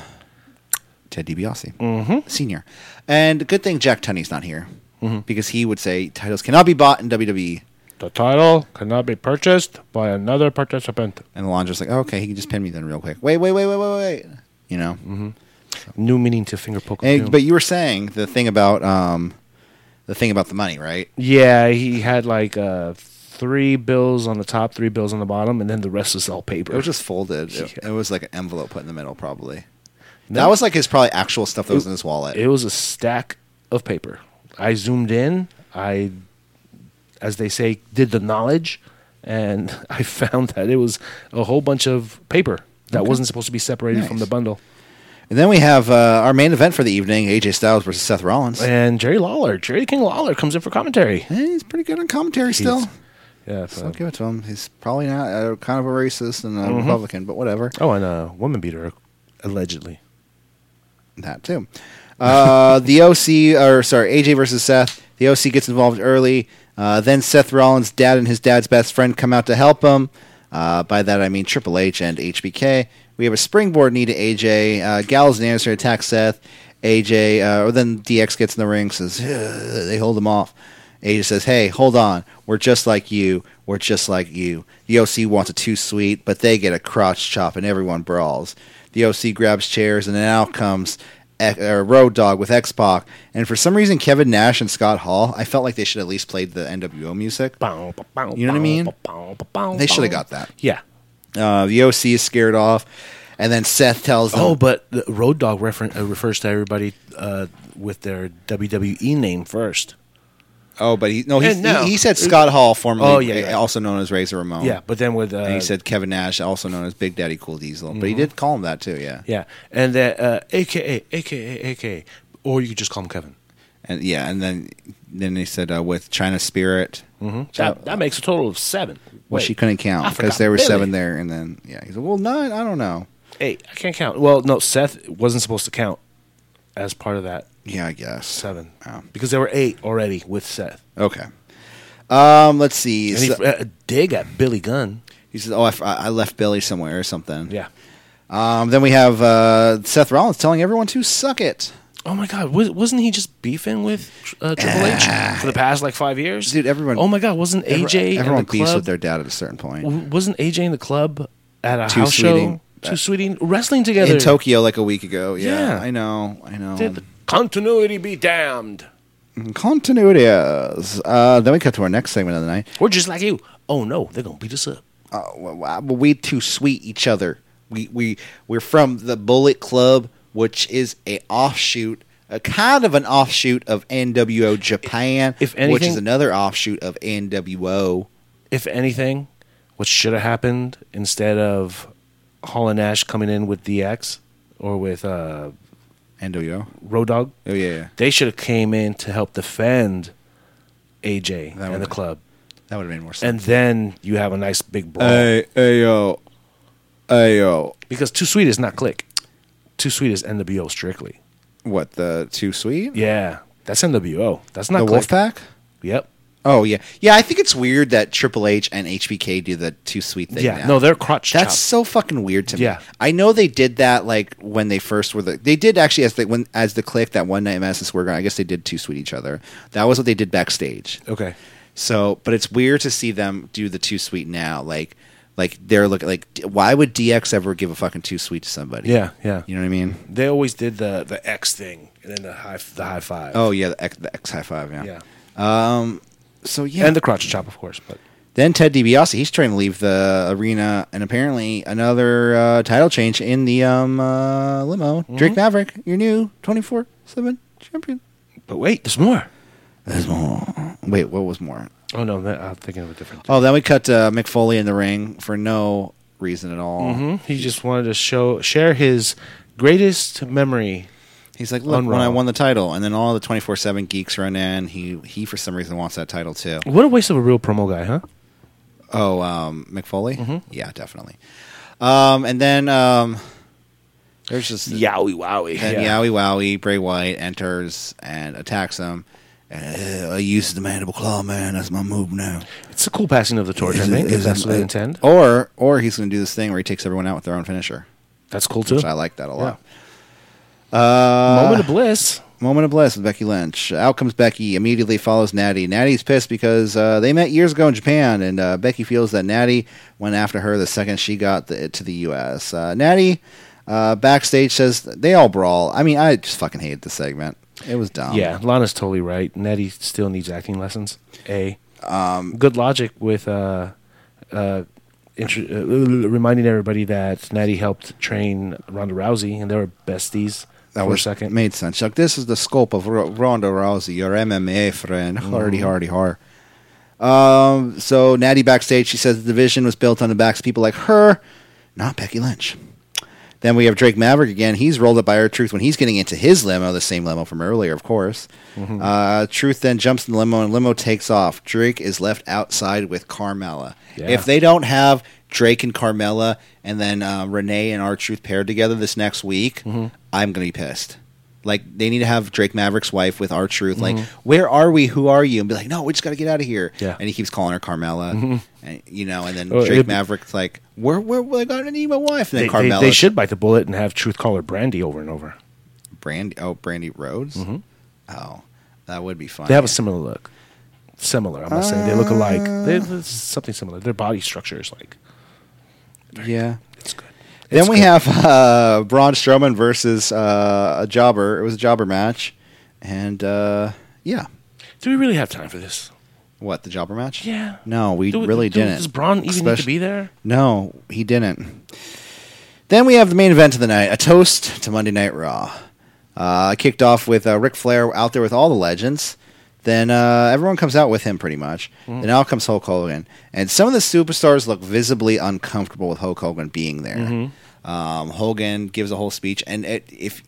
Ted DiBiase, mm-hmm. senior. And good thing Jack Tunney's not here because he would say titles cannot be bought in E. WWE.
The title cannot be purchased by another participant.
And Alondra's like, oh, okay, he can just pin me then real quick. Wait, wait, wait, wait, wait, wait. You know.
New meaning to finger poke. of
And,
doom.
But you were saying the thing about um, the thing about the money, right?
yeah, he had like uh, three bills on the top, three bills on the bottom, and then the rest is all
It
paper.
was just folded. It,
Yeah.
it was like an envelope put in the middle, probably.
No.
That was like his probably actual stuff that was in his wallet.
it was a stack of paper. I zoomed in. I, as they say, did the knowledge, and I found that it was a whole bunch of paper that wasn't supposed to be separated from
Nice.
the bundle.
and then we have uh, our main event for the evening: AJ Styles versus Seth Rollins. And
And Jerry Lawler, Jerry King Lawler, comes in for commentary.
he's pretty good on commentary still.
He's- uh, Yeah.
So
so-
I'll give it to him. He's probably not uh, kind of a racist and a
Mm-hmm.
Republican, but whatever.
Oh, and a woman beater, allegedly.
That too. Uh, the OC, or sorry, AJ versus Seth. The OC gets involved early. Uh, then Seth Rollins' dad and his dad's best friend come out to help him. Uh, by that I mean Triple H and HBK. We have a springboard knee to AJ. Uh, Gallows and Anderson attack Seth. AJ, uh, or then DX gets in the ring, says, "Ugh," they hold him off. AJ says, hey, hold on. We're just like you. We're just like you. The OC wants a two sweet, but they get a crotch chop and everyone brawls. The OC grabs chairs, and then out comes X- or Road Dog with X Pac. And for some reason, Kevin Nash and Scott Hall, I felt like they should at least played the NWO music.
You
You know what I mean? They shoulda got that.
Yeah.
Uh, the OC is scared off, and then Seth tells them,
Oh, but the Road Dog referen uh, refers to everybody uh, with their WWE name first.
oh, but he no, he,
And no.
he, he said Scott Hall, formerly
Oh, yeah, yeah.
also known as Razor Ramon.
Yeah, but then with uh, mm-hmm.
and he said Kevin Nash, also known as Big Daddy Cool Diesel, but he did call him that too. Yeah,
yeah, and that uh, AKA AKA AKA, or you could just call him Kevin.
and yeah, and then then he said uh, with China Spirit. Mm-hmm.
That, that makes a total of seven.
well, she couldn't count
I
because
forgot
there were
Billy.
seven there, and then yeah, he said, "Well, nine, I don't know."
Eight. I can't count. Well, no, Seth wasn't supposed to count as part of that
Yeah, I guess
seven
Oh.
because there were eight already with Seth.
Okay. Um, let's see.
And he,
So-
uh, dig at Billy Gunn.
he says, "Oh, I, f- I left Billy somewhere or something."
Yeah.
Um, then we have uh, Seth Rollins telling everyone to suck it,
Oh my God! Was, wasn't he just beefing with uh, Triple H for the past like five years,
dude. Everyone.
Oh my God! Wasn't
every-
AJ in
everyone
the
beefs
club?
with their dad at a certain point.
w- wasn't AJ in the club at a
Two
house
sweeting.
show? Two sweeting wrestling together
In Tokyo, like a week ago. Yeah,
Yeah.
I know. I know.
Did continuity be damned?
Continuity. Uh, then we cut to our next segment of the night.
We're just like you. Oh no, they're gonna beat us up.
Uh, w- w- but we too sweet each other. We we we're from the Bullet Club, which is a offshoot, a kind of an offshoot of NWO Japan,
If
which is
anything-
another offshoot of NWO.
If anything, what should have happened instead of Hall and Nash coming in with DX or with uh,
NWO.
Road Dog,
Oh yeah, yeah.
they should have came in to help defend AJ
That
and the
would-
club.
that would have made more sense.
and then you have a nice big brawl
Hey, hey, yo, hey, yo.
because too sweet is not click too sweet is nwo strictly
What the too sweet?
yeah that's nwo that's not
the
click.
Wolfpack.
yep
Oh yeah, yeah. I think it's weird that Triple H and HBK do the too sweet thing.
yeah
now.
no they're crotch
That's
chop.
so fucking weird to me.
Yeah.
I know they did that like when they first were the they did actually as they when as the click that one night in Madison Square Garden. I guess they did two sweet each other. That was what they did backstage.
okay
So, but it's weird to see them do the two sweet now. Like, like they're looking like d- why would DX ever give a fucking two sweet to somebody?
yeah yeah
you know what I mean.
they always did the the x thing and then the high the high five
Oh yeah, the X, the X high five. Yeah.
yeah
So yeah,
and the crotch chop of course but
Then Ted DiBiase, he's trying to leave the arena, and apparently another uh, title change in the um, uh, limo. Drake Maverick, your new twenty four seven champion.
but wait there's more
There's more. Wait, what was more?
oh no that- i'm thinking of a different
Oh, then we cut uh, Mick Foley in the ring for no
Mm-hmm. Hmm?
reason at all.
he just wanted to show share his greatest memory
He's like, look,
On
when I
Raw.
won the title, and then all the twenty four seven geeks run in. He he for some reason wants that title too.
What a waste of a real promo guy, huh?
Oh, um, McFoley.
Mm-hmm.
Yeah, definitely. Um, and then um, there's just
Yowie wowie.
Then Yowie Wowie, Bray Wyatt enters and attacks him. And, uh, I use the mandible claw, man. That's my move now.
It's a cool passing of the torch, I think, if that's what they intend.
Or, or he's going to do this thing where he takes everyone out with their own finisher.
That's cool too.
Which I like that a lot.
Moment of bliss.
Moment of bliss with Becky Lynch. Out comes Becky. Immediately follows Natty. Natty's pissed because uh, they met years ago in Japan, and uh, Becky feels that Natty went after her the second she got the, to the U.S. Uh, Natty uh, backstage says they all brawl. I mean, I just fucking hated this segment. It was dumb.
yeah, Lana's totally right. Nettie still needs acting lessons. A. Um, Good logic with uh, uh, intro- uh, reminding everybody that Natty helped train Ronda Rousey, and they were besties
That
for
was
a second.
made sense. Like this is the scope of R- Ronda Rousey, your MMA friend,
Mm-hmm.
hardy hardy har. Um, so Natty backstage, she says the division was built on the backs of people like her, not Becky Lynch. Then we have Drake Maverick again. He's rolled up by our truth when he's getting into his limo, the same limo from earlier, of course.
Mm-hmm.
Uh, truth then jumps in the limo and limo takes off. Drake is left outside with Carmella.
Yeah.
If they don't have Drake and Carmella and then uh, Renee and our truth paired together this next week,
Mm-hmm.
I'm gonna be pissed. Like they need to have Drake Maverick's wife with our truth. Like, where are we? Who are you? And be like, no, we just gotta get out of here.
Mm-hmm. Yeah. Mm-hmm.
And he keeps calling her Carmella, and, you know. And then
Oh,
Drake
it'd be-
Maverick's like, where, where, where I gotta need my wife. And
They,
then
they,
Carmella,
they should bite the bullet and have Truth Caller Brandy over and over.
Brandy. Oh, Brandy Rhodes. Oh, that would be fun.
Mm-hmm. They have a similar look. Similar, I'm not saying they look alike. They,
Uh,
it's something similar. Their body structure is like
yeah.
it's good.
Then
It's
we
good.
have uh, Braun Strowman versus uh, a jobber. It was a jobber match, and uh, yeah,
Do we really have time for this?
what the jobber match?
Yeah.
No, we
Do-
really
do-
didn't.
Does Braun even need
Especially-
to be there?
No, he didn't. Then we have the main event of the night: a toast to Monday Night Raw. Uh, kicked off with uh, Ric Flair out there with all the legends. Then uh, everyone comes out with him pretty much. Then out comes Hulk Hogan, and some of the superstars look visibly uncomfortable with Hulk Hogan being there. Um, Hogan gives a whole speech, and it, if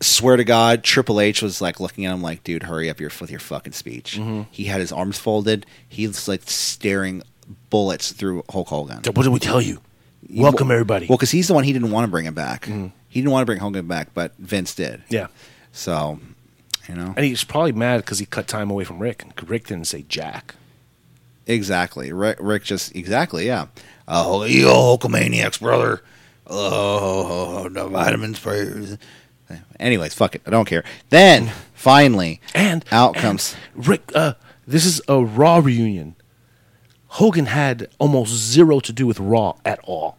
swear to God, Triple H was like looking at him like, dude, hurry up your, with your fucking speech. He had his arms folded. He's like staring bullets through Hulk Hogan.
What did we tell you? Welcome everybody. Mm-hmm.
Well, because he's the one he didn't want to bring him back. He didn't want to bring Hogan back, but Vince did.
yeah.
So, you know,
And he's probably mad because he cut time away from Rick. and Rick didn't say Jack.
exactly. Rick, Rick just exactly, yeah. Oh, you Hulkamaniacs, brother. Oh, the vitamins prayers. Anyways, fuck it. I don't care. Then finally,
And
out
and
comes
Rick. Uh, this is a Raw reunion. Hogan had almost zero to do with Raw at all.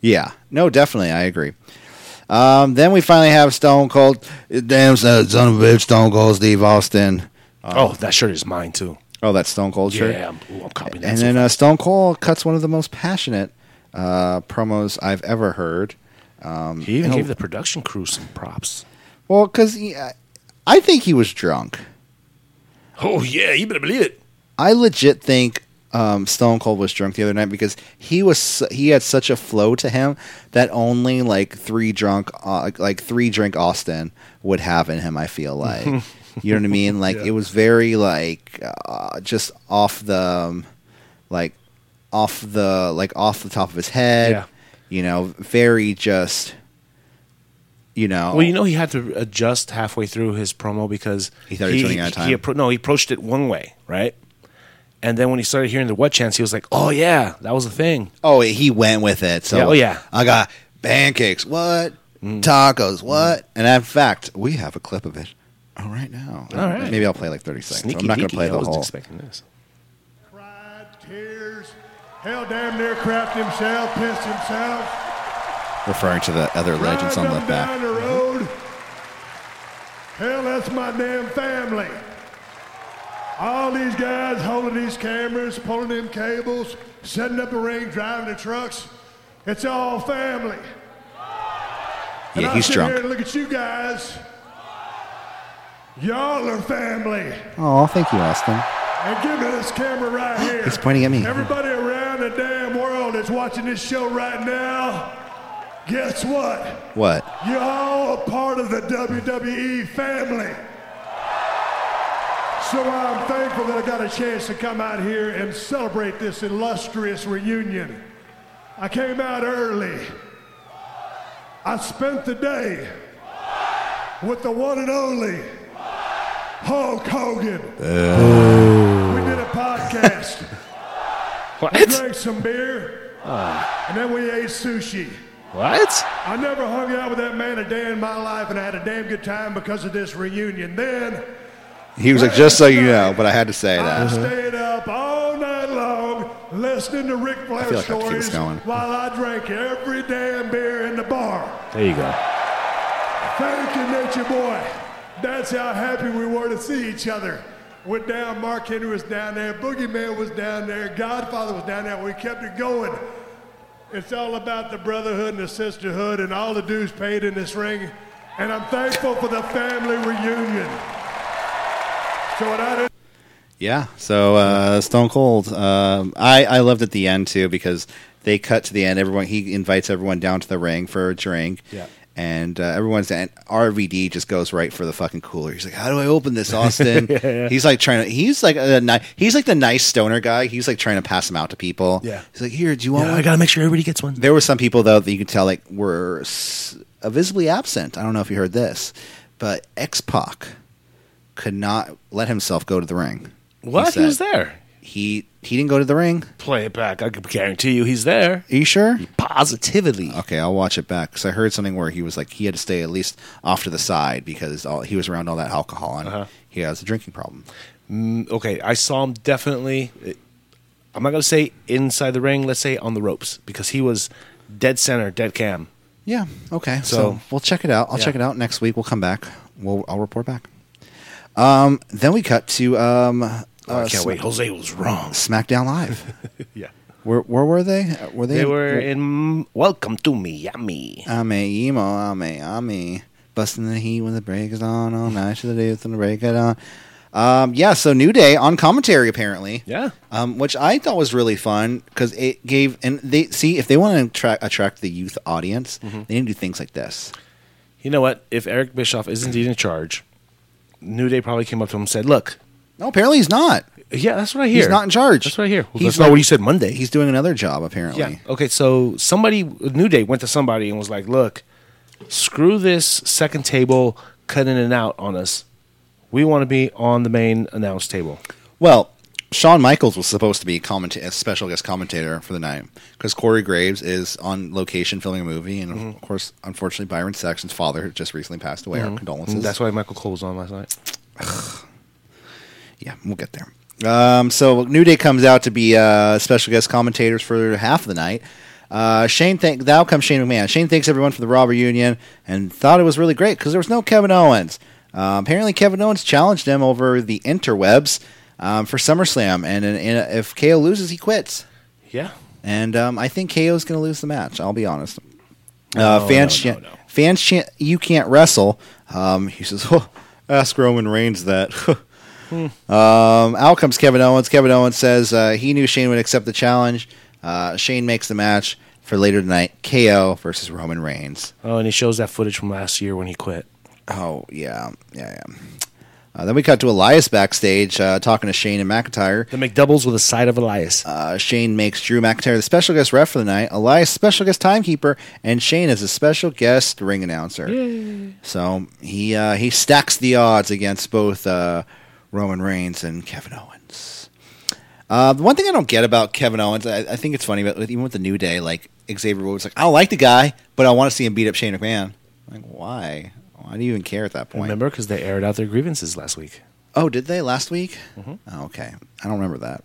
Yeah. No, definitely. I agree. Um, then we finally have Stone Cold. Damn son son of a bitch, Stone Cold Steve Austin. Uh-huh.
oh, that shirt is mine too.
Oh, that's Stone Cold shirt.
Yeah, I'm, ooh, I'm copying that.
and
so
then
fast.
uh, Stone Cold cuts one of the most passionate uh, promos I've ever heard. uh,
he even gave the production crew some props.
Well, because I think he was drunk.
Oh yeah, you better believe it.
I legit think um, Stone Cold was drunk the other night because he was su- he had such a flow to him that only like three drunk uh, like three drink Austin would have in him. I feel like you know what I mean. Like it was very like uh, just off the um, like off the like off the top of his head.
Yeah.
You know, very just you know.
Well, you know, he had to adjust halfway through his promo because
He thought he was running out of time.
appro- no, he approached it one way, right? And then when he started hearing the what chance, he was like, "Oh yeah, that was a thing."
Oh, he went with it. So
Yeah, oh, yeah. Mm.
I got pancakes. What tacos? What? And in fact, we have a clip of it. All right now.
All right.
Maybe I'll play like thirty seconds.
Sneaky
I'm not going
deaky,
to play
I
the
wasn't
whole.
expecting this.
Cried, tears, hell damn near crapped himself, pissed himself.
Referring to the other legends on the
Drive them
back. Mm-hmm.
down the road. Hell, that's my damn family. All these guys holding these cameras, pulling them cables, setting up the ring, driving the trucks. It's all family. and
Yeah,
I
he's
sit Here
drunk.
and look at you guys. Y'all are family.
Oh, thank you, Austin.
And give me this camera right here.
He's pointing at me.
Everybody around the damn world that's watching this show right now, Guess what?
What?
You're all a part of the WWE family. So I'm thankful that I got a chance to come out here and celebrate this illustrious reunion. I came out early. I spent the day with the one and only Hulk Hogan. We did a podcast. we
What?
drank some beer, and then we ate sushi.
What?
I never hung out with that man a day in my life, and I had a damn good time because of this reunion. Then
He was like, just so you know, but I had to say
I
that.
stayed up all night long listening to Ric Flair
feel like I have to keep this
stories
going.
while I drank every damn beer in the bar.
There you go.
Thank you, Nature Boy. That's how happy we were to see each other. Went down, Mark Henry was down there, Boogeyman was down there, Godfather was down there. We kept it going. It's all about the brotherhood and the sisterhood and all the dues paid in this ring. And I'm thankful for the family reunion. So without it,
Yeah. So uh, Stone Cold. Um, I I loved at the end too because they cut to the end. Everyone he invites everyone down to the ring for a drink.
Yeah.
And uh, everyone's and RVD just goes right for the fucking cooler. He's like, "How do I open this, Austin?" He's like trying to. He's like a ni- he's like the nice stoner guy. He's like trying to pass them out to people.
Yeah.
He's like, "Here, do you want one?"
gotta make sure everybody gets one.
There were some people though that you could tell like were s- uh, visibly absent. I don't know if you heard this, but X Pac could not let himself go to the ring.
What? He,
said-
was there.
He he didn't go to the ring.
Play it back. I can guarantee you he's there. Uh,
Are you sure?
Positively.
Okay, I'll watch it back because I heard something where he was like he had to stay at least off to the side because all, he was around all that alcohol and
Uh-huh.
he has a drinking problem.
okay, I saw him definitely. eh, I'm not gonna say inside the ring. Let's say on the ropes because he was dead center, dead cam.
Yeah. Okay. So,
So-
we'll check it out. I'll
Yeah.
check it out next week. We'll come back. We'll I'll report back. Um. Then we cut to um.
Oh, I can't wait. Jose was wrong.
SmackDown Live.
Yeah,
Where, where were they? Uh, Were they?
they were in Welcome to Miami.
Ame emo, ame ame, busting the heat when the break is on. All night to the day when the break is on. Um, yeah, so New Day on commentary apparently.
Yeah.
um, which I thought was really fun because it gave and they see if they want to attract, attract the youth audience,
Mm-hmm.
they need to do things like this.
You know what? If Eric Bischoff is indeed in charge, New Day probably came up to him and said, "Look,
No, apparently he's not.
yeah, that's what I hear.
He's not in charge.
That's what I hear. Well,
He's
that's not
like-
what he said Monday.
He's doing another job apparently.
Yeah. Okay. So somebody, New Day, went to somebody and was like, "Look, screw this second table cutting in and out on us. We want to be on the main announce table."
Well, Shawn Michaels was supposed to be commenta- a special guest commentator for the night because Corey Graves is on location filming a movie, and of course, unfortunately, Byron Saxon's father just recently passed away. Our condolences.
That's why Michael Cole was on last night.
yeah, we'll get there. Um, so New Day comes out to be uh, special guest commentators for half of the night. Uh, Shane, thank thou comes Shane McMahon. Shane thanks everyone for the Raw reunion and thought it was really great because there was no Kevin Owens. Uh, apparently, Kevin Owens challenged him over the interwebs um, for SummerSlam, and, and if KO loses, he quits.
Yeah.
And um, I think KO's going to lose the match. I'll be honest. Uh, fans,
no,
chant-
no, no.
fans chant, "You can't wrestle." Um, he says, oh, "Ask Roman Reigns that." um, out comes Kevin Owens. Kevin Owens says uh, he knew Shane would accept the challenge. Uh, Shane makes the match for later tonight: KO versus Roman Reigns.
Oh, and he shows that footage from last year when he quit.
Oh yeah, yeah, yeah. Uh, then we cut to Elias backstage uh, talking to Shane and McIntyre.
The McDoubles with a side of Elias.
Uh, Shane makes Drew McIntyre the special guest ref for the night, Elias special guest timekeeper, and Shane is a special guest ring announcer. So he uh, he stacks the odds against both uh, Roman Reigns and Kevin Owens. Uh, the one thing I don't get about Kevin Owens, I, I think it's funny, but with, even with the New Day, like Xavier Woods, like I don't like the guy, but I want to see him beat up Shane McMahon. Like why? Why do you even care at that point?
Remember, because they aired out their grievances last week.
Oh, did they last week? Oh, okay, I don't remember that.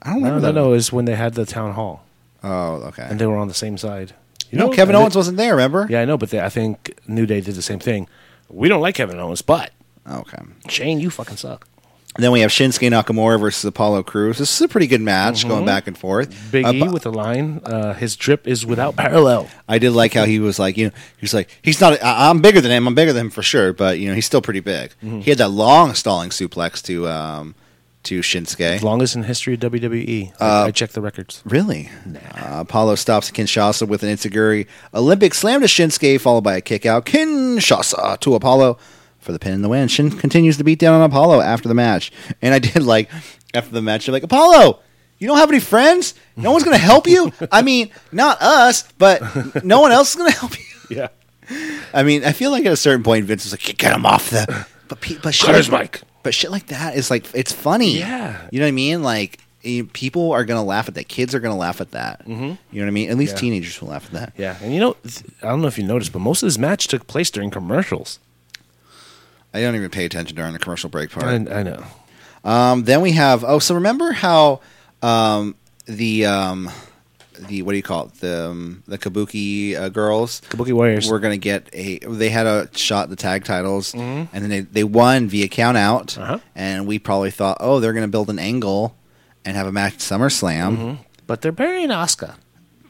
I don't
Mm-hmm. No,
remember
no,
that.
no. It's when they had the town hall
Oh, okay.
and they were on the same side. You
no, Kevin
and
Owens
they-
wasn't there. Remember?
Yeah, I know, but they, I think New Day did the same thing. We don't like Kevin Owens, but
Okay.
Shane, you fucking suck.
And then we have Shinsuke Nakamura versus Apollo Crews. This is a pretty good match, going back and forth.
Mm-hmm. Big
Uh,
E
but
with a line. Uh, his drip is without parallel.
I did like how he was like, you know, he's like, he's not. I, I'm bigger than him.
Mm-hmm.
I'm bigger than him for sure. But you know, he's still pretty big. He had that long stalling suplex to um, to Shinsuke.
Longest in history of WWE.
Uh,
I, I checked the records.
Really? Uh, Apollo stops Kinshasa with an Insiguri Olympic slam to Shinsuke, followed by a kick out. Kinshasa to Apollo for the pin and the win. Shin continues to beat down on Apollo after the match. And I did like, after the match, you're like, Apollo, you don't have any friends? No one's going to help you? I mean, not us, but no one else is going to help you.
Yeah.
I mean, I feel like at a certain point, Vince was like, "Get- "Get him off the." But pe- but shit,
Cut his
like-
mic.
But shit like that is like it's funny.
Yeah.
you know what I mean. Like you- people are gonna laugh at that. Kids are gonna laugh at that. Mm-hmm. You know what I mean. At least
Yeah.
teenagers will laugh at that.
Yeah. And you know, th- I don't know if you noticed, but most of this match took place during commercials.
I don't even pay attention during the commercial break part.
I, I know.
Um, then we have oh, so remember how um, the um, the what do you call it the um, the Kabuki uh, girls
Kabuki Warriors.
were gonna get a they had a shot at the tag titles and then they, they won via count out
Uh-huh.
and we probably thought oh they're gonna build an angle and have a match at SummerSlam
But they're burying Asuka.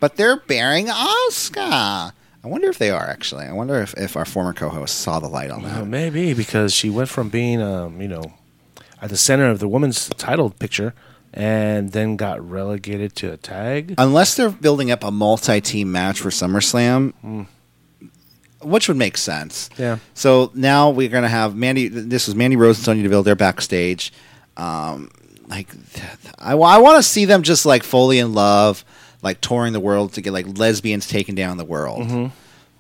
but they're bearing Oscar. I wonder if they are actually. I wonder if, if our former co-host saw the light on that.
Uh, maybe because she went from being, um, you know, at the center of the women's title picture and then got relegated to a tag.
unless they're building up a multi-team match for SummerSlam, which would make sense.
Hmm. Yeah.
So now we're gonna have Mandy. This was Mandy Rose and Sonya Deville. They're backstage. Um, like, th- I, want to see them just like fully in love, like touring the world to get like lesbians taking down the world,
Mm-hmm.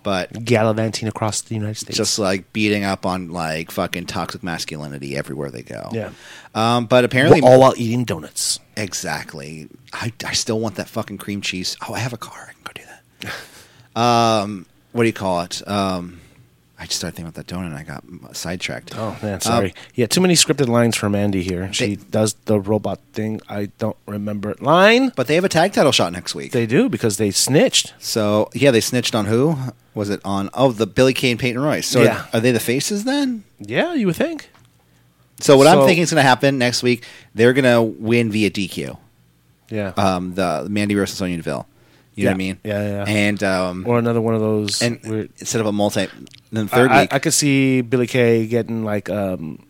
but
Gallivanting across the United States.
just like beating up on like fucking toxic masculinity everywhere they go.
Yeah.
Um, but apparently,
all while eating donuts.
Exactly. I, I still want that fucking cream cheese. Oh, I have a car. I can go do that. um, what do you call it? Um, I just started thinking about that donut. and I got m- sidetracked.
Oh man, sorry. yeah, too many scripted lines from Andy here. She
They-
does the robot thing. I don't remember it. Line.
But they have a tag title shot next week.
They do because they snitched.
so yeah, they snitched on who? Was it on? Oh, the Billy Kane, Peyton Royce. So
Yeah.
are, are they the faces then?
Yeah, you would think.
So what I'm
So-
thinking is going to happen next week. They're going to win via DQ.
Yeah.
Um, the Mandy Rose and Sonya Deville. You know what I
Yeah.
mean?
Yeah, yeah, yeah.
And um,
or another one of those.
and
weird-
instead of a multi, then
I,
third
I-
week.
I could see Billy Kay getting like um,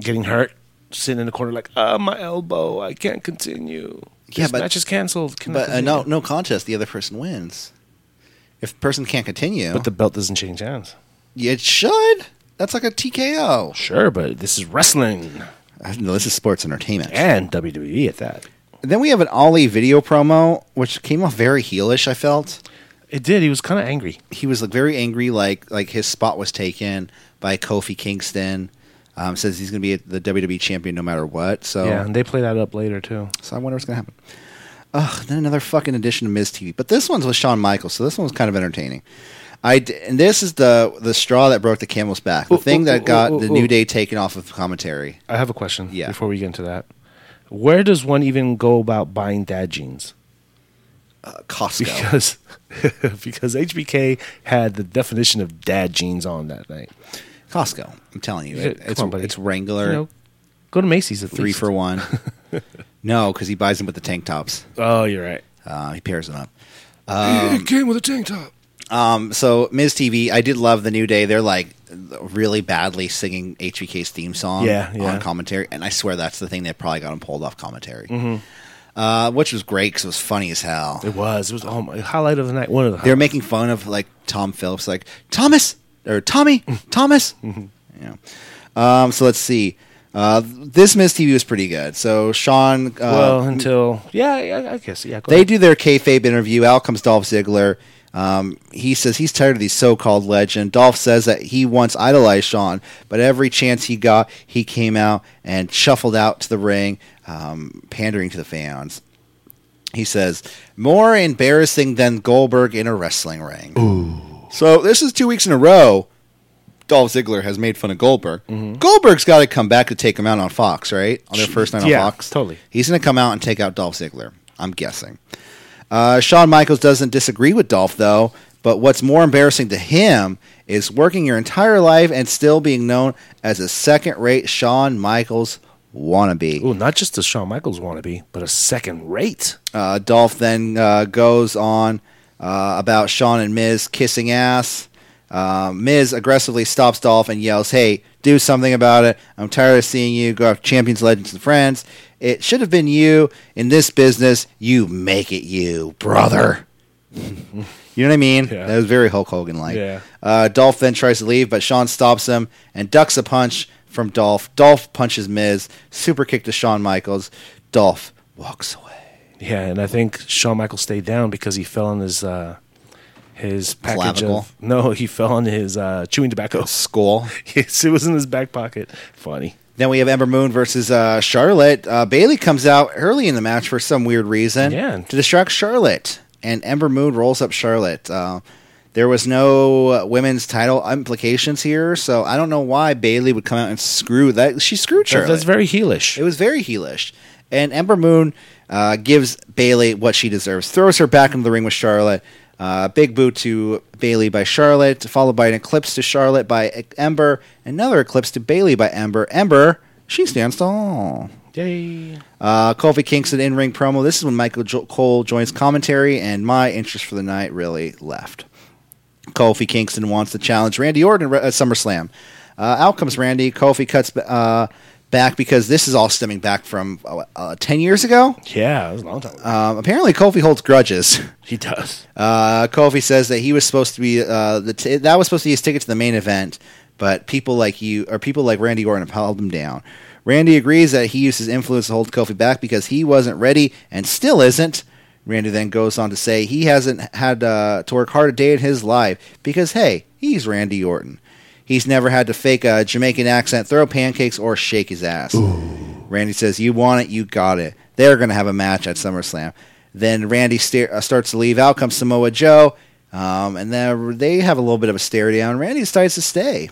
getting hurt, sitting in the corner like, ah, my elbow. I can't continue.
Yeah,
this
but-
match is canceled. Cannot
But uh, no,
continue."
no contest. The other person wins. If the person can't continue,
But the belt doesn't change hands.
it should. That's like a TKO.
Sure, but this is wrestling
Uh, No, this is sports entertainment.
and WWE at that.
Then we have an Ollie video promo, which came off very heelish. I felt
It did. He was kind of angry.
he was like very angry, like like his spot was taken by Kofi Kingston. Um, says he's going to be the WWE champion no matter what. So,
Yeah, and they play that up later too.
so I wonder what's going to happen. Ugh, then another fucking edition of Miz TV, but this one's with Shawn Michaels, so this one was kind of entertaining. I d- and this is the the straw that broke the camel's back, the
Ooh,
thing
ooh,
that
ooh,
got
ooh,
the
ooh.
New Day taken off of commentary.
I have a question
Yeah.
before we get into that. Where does one even go about buying dad jeans?
Uh, Costco.
Because because HBK had the definition of dad jeans on that night.
Costco. I'm telling you,
Yeah,
it,
come
it's
on, buddy.
it's Wrangler
You know, go to Macy's at
three
least.
for one. no, because he buys them with the tank tops.
Oh, you're right.
Uh, he pairs them up.
it came with a tank top.
Um, so Miz TV, I did love the New Day. They're like really badly singing HBK's theme song
Yeah, yeah.
on commentary, and I swear that's the thing that probably got him pulled off commentary, uh, which was great because it was funny as hell.
Mm-hmm. It was. It was oh my highlight of the night. One of the
They were making fun of like Tom Phillips, like Thomas or Tommy
Mm-hmm.
Thomas. yeah. Um, so let's see. Uh, this Miz TV was pretty good. So Sean, uh,
well until yeah, yeah, I guess yeah. Go
they
ahead.
do their kayfabe interview. Out comes Dolph Ziggler. Um, he says he's tired of these so-called legend. Dolph says that he once idolized Sean, but every chance he got, he came out and shuffled out to the ring, um, pandering to the fans. He says, "More embarrassing than Goldberg in a wrestling ring." So this is two weeks in a row. Dolph Ziggler has made fun of Goldberg.
Mm-hmm.
Goldberg's got to come back to take him out on Fox, right? On their first night on
Yeah,
Fox,
totally.
He's going to come out and take out Dolph Ziggler. I'm guessing. Uh, Shawn Michaels doesn't disagree with Dolph though. But what's more embarrassing to him is working your entire life and still being known as a second-rate Shawn Michaels wannabe.
Ooh, not just a Shawn Michaels wannabe, but a second rate.
Uh, Dolph then uh, goes on uh, about Sean and Miz kissing ass. Um, Miz aggressively stops Dolph and yells, "Hey, do something about it! I'm tired of seeing you go after champions, legends, and friends. It should have been you in this business. You make it you, brother." You know what I mean?
Yeah.
That was very Hulk Hogan like.
Yeah.
Uh, Dolph then tries to leave, but Sean stops him and ducks a punch from Dolph. Dolph punches Miz, super kick to Shawn Michaels. Dolph walks away.
Yeah, and I think Shawn Michaels stayed down because he fell on his uh, his package
Clavicle?
of no, he fell on his uh, chewing tobacco.
Skull.
yes, it was in his back pocket. Funny.
Then we have Ember Moon versus uh, Charlotte. Uh, Bailey comes out early in the match for some weird reason
Yeah.
to distract Charlotte, and Ember Moon rolls up Charlotte. Uh, there was no uh, women's title implications here, so I don't know why Bailey would come out and screw that. She screwed
That-
Charlotte.
That's very heelish.
It was very heelish. And Ember Moon uh, gives Bailey what she deserves, throws her back into the ring with Charlotte. Uh, big boot to Bailey by Charlotte, followed by an eclipse to Charlotte by Ember. Another eclipse to Bailey by Ember. Ember, she stands tall.
Yay.
Uh, Kofi Kingston in ring promo. This is when Michael jo- Cole joins commentary, and my interest for the night really left. Kofi Kingston wants to challenge Randy Orton at SummerSlam. Uh, out comes Randy. Kofi cuts uh, back because this is all stemming back from uh, uh, 10 years ago.
Yeah, it was a long time. ago.
Um, apparently, Kofi holds grudges.
he does.
Uh, Kofi says that he was supposed to be uh, the t- that was supposed to be his ticket to the main event, but people like you or people like Randy Orton have held him down. Randy agrees that he used his influence to hold Kofi back because he wasn't ready and still isn't. Randy then goes on to say he hasn't had uh, to work hard a day in his life because hey, he's Randy Orton. He's never had to fake a Jamaican accent, throw pancakes, or shake his ass. Randy says, "You want it, you got it." They're going to have a match at SummerSlam. Then Randy sta- uh, starts to leave. Out comes Samoa Joe, um, and then they have a little bit of a stare down. Randy decides to stay.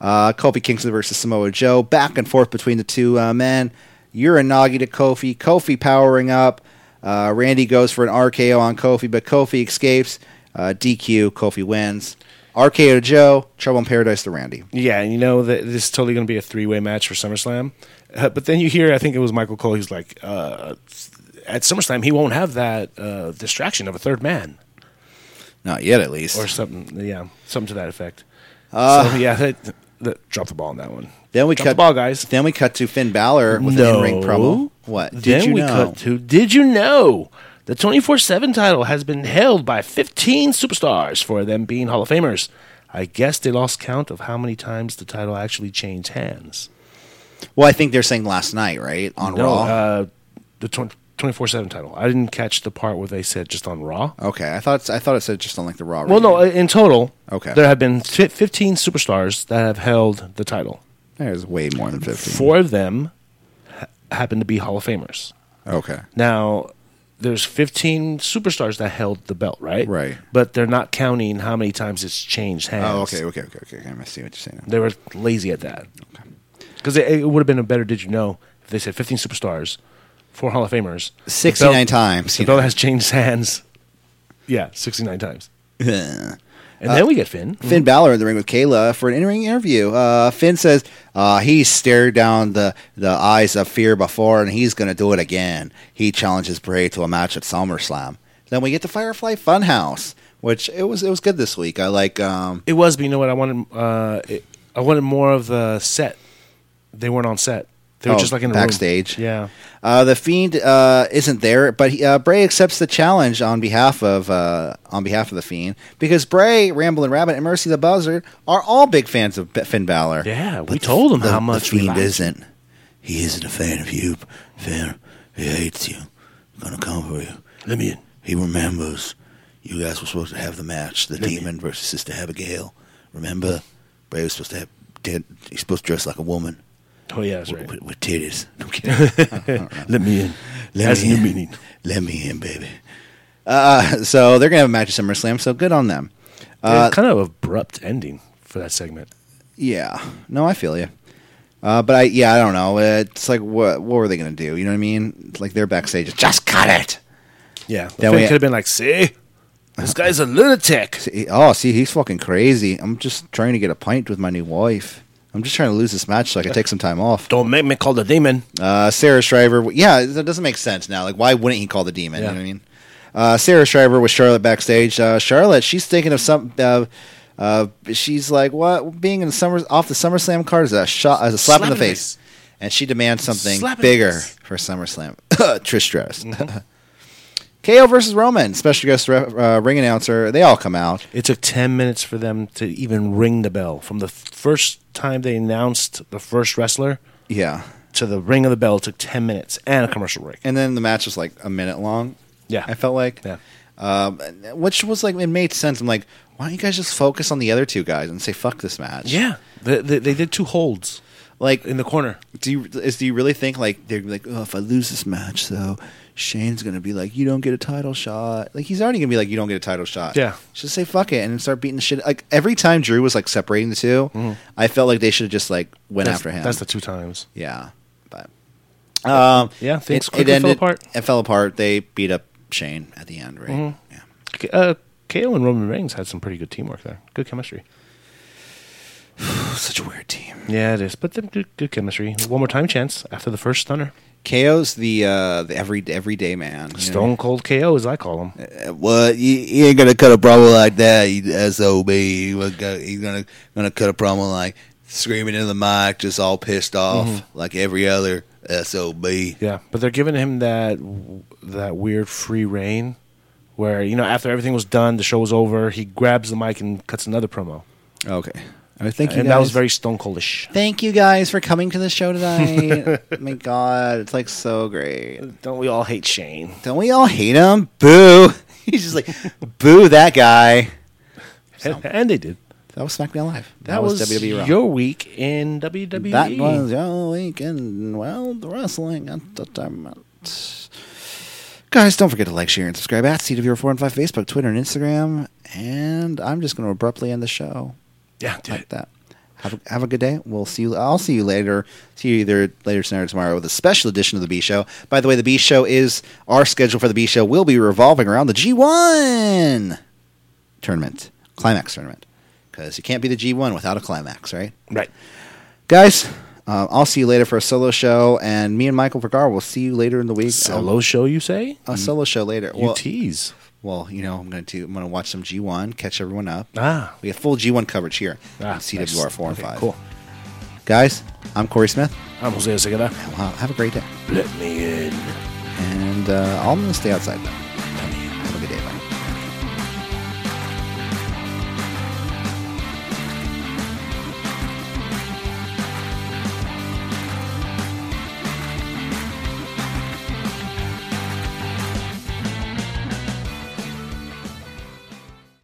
Uh, Kofi Kingston versus Samoa Joe, back and forth between the two uh, men. Uranagi to Kofi. Kofi powering up. Uh, Randy goes for an RKO on Kofi, but Kofi escapes. Uh, DQ. Kofi wins. RKO to Joe. Trouble in Paradise to Randy.
Yeah, and you know that this is totally going to be a three way match for SummerSlam. Uh, but then you hear, I think it was Michael Cole. He's like, uh, at SummerSlam, he won't have that uh, distraction of a third man
Not yet, at least.
or something. Yeah, something to that effect. so yeah, that, that drop the ball on that one.
Uh, Then we
drop
cut
the ball, guys.
Then we cut to Finn Balor with an in-ring promo. What? Did
then
you
we
know?
cut to. Did you know the twenty four seven title has been held by fifteen superstars, four of them being Hall of Famers. I guess they lost count of how many times the title actually changed hands.
well, I think they're saying last night, right on
No,
Raw.
uh, the twenty four seven title. I didn't catch the part where they said just on Raw.
okay, I thought I thought it said just on like the Raw.
Well, no, uh, in total,
Okay.
there have been fi- fifteen superstars that have held the title.
there's way more than fifty.
Four of them ha- happen to be Hall of Famers.
Okay,
Now, there's 15 superstars that held the belt, right?
Right.
But they're not counting how many times it's changed hands.
Oh, okay, okay, okay, okay. okay. I see what you're saying. now.
They were lazy at that. Because it, it would have been a better did you know if they said 15 superstars, four Hall of Famers. the
69
belt-
times,
The
you know.
belt has changed hands. Yeah, 69 times. And then we get Finn.
Uh, Finn Balor in the ring with Kayla for an in-ring interview. Uh, Finn says uh, he stared down the, the eyes of fear before, and he's going to do it again. He challenges Bray to a match at SummerSlam. Then we get the Firefly Funhouse, which it was it was good this week. I like um,
It was, but you know what? I wanted, uh, it, I wanted more of the set. They weren't on set. They were
Oh,
just like in the
backstage.
Room. Yeah.
Uh, the fiend uh, isn't there, but he, uh, Bray accepts the challenge on behalf of uh, on behalf of the fiend because Bray, Ramblin' Rabbit, and Mercy the Buzzard are all big fans of B- Finn Balor.
Yeah, we told him
the,
how
the
much we
fiend
liked him.
isn't. He isn't a fan of you, Finn. He hates you. He's gonna come for you.
Let me in.
He remembers you guys were supposed to have the match, the demon versus Sister Abigail. Remember, Bray was supposed to have. Did, he's supposed to dress like a woman
Oh, yeah, that's right.
with, with titties. No, I'm kidding.
Let me in.
Let
That's
me
new
in.
meaning.
Let me in, baby. Uh, so they're gonna have a match at SummerSlam. So good on them.
it's kind of abrupt ending for that segment.
Yeah. No, I feel you. Uh, but I, yeah, I don't know. It's like what what were they gonna do? You know what I mean? It's like they're backstage. Just cut it. Then
Yeah, Finn
we- Uh-huh.
could have been like, "See, this guy's a lunatic."
He- Oh, see, he's fucking crazy. I'm just trying to get a pint with my new wife. I'm just trying to lose this match so I can take some time off.
Don't make me call the demon.
Uh, Sarah Shriver. Yeah, that doesn't make sense now. Like, why wouldn't he call the demon? You
Yeah.
know what I mean? Uh, Sarah Shriver with Charlotte backstage. Uh, Charlotte, she's thinking of some uh, Uh, she's like, "What? Being in the summer off the SummerSlam card is a shot, is a slap, in the face," and she demands something
Slap in the
bigger
face. Mm-hmm.
for SummerSlam. Trish Stratus. KO versus Roman. Special guest ref, uh, ring announcer. They all come out.
It took 10 minutes for them to even ring the bell. From the first time they announced the first wrestler
Yeah,
to the ring of the bell took 10 minutes and a commercial break.
and then the match was like a minute long.
Yeah.
I felt like.
Yeah.
Um, which was like it made sense. I'm like, why don't you guys just focus on the other two guys and say fuck this match?
Yeah. They, they, they did two holds
like
in the corner.
do you is do you really think like they're gonna be like oh if I lose this match though Shane's gonna be like you don't get a title shot like he's already gonna be like you don't get a title shot
Yeah.
just say fuck it and start beating the shit like every time Drew was like separating the 2 I felt like they should have just like went
Mm-hmm. That's-
after him
That's the two times.
yeah but um
Yeah, things quickly fell apart.
it fell apart they beat up Shane at the end right yeah
K- Uh, KO and Roman Reigns had some pretty good teamwork there. Good chemistry.
such a weird team
Yeah, it is. But then good, good chemistry. One more time chance after the first stunner.
KO's the uh the every everyday man you know?
Stone Cold KO, as I call him.
What you, you ain't gonna cut a promo like that, you sob. You ain't gonna- You're gonna gonna cut a promo like screaming into the mic, just all pissed off,
Mm-hmm.
like every other sob.
Yeah, but they're giving him that that weird free reign, where you know after everything was done, the show was over, he grabs the mic and cuts another promo,
okay I mean, thank you
and that was
guys.
very Stone Coldish.
Thank you guys for coming to the show tonight. Oh My God, it's like so great.
Don't we all hate Shane?
Don't we all hate him? Boo! He's just like, boo that guy.
And they did.
That was SmackDown Live. That,
That, was, E
WWE Raw.
your week in E. WWE.
that was your weekend. Well, the wrestling entertainment. Guys, don't forget to like, share, and subscribe at Seat of Your Four and Five Facebook, Twitter, and Instagram. And I'm just going to abruptly end the show
yeah, dude.
like that. Have a, have a good day. We'll see you. I'll see you later. See you either later tonight or tomorrow with a special edition of the B Show. By the way, the B Show is our schedule for the B Show will be revolving around the G1 tournament, climax tournament, because you can't be the G1 without a climax, right?
Right.
Guys, uh, I'll see you later for a solo show, and me and Michael Vergara will see you later in the week. Um,
Solo show, you say?
a solo show later.
you
Well,
tease.
well, you know, I'm going to I'm going to watch some G1, catch everyone up.
Ah.
We have full G1 coverage here
Ah,
on CWR
nice.
4 and
Okay,
5.
Cool.
Guys, I'm Corey Smith.
I'm Jose Segura.
Well, have a great day.
Let me in.
And uh, I'm going to stay outside. Though.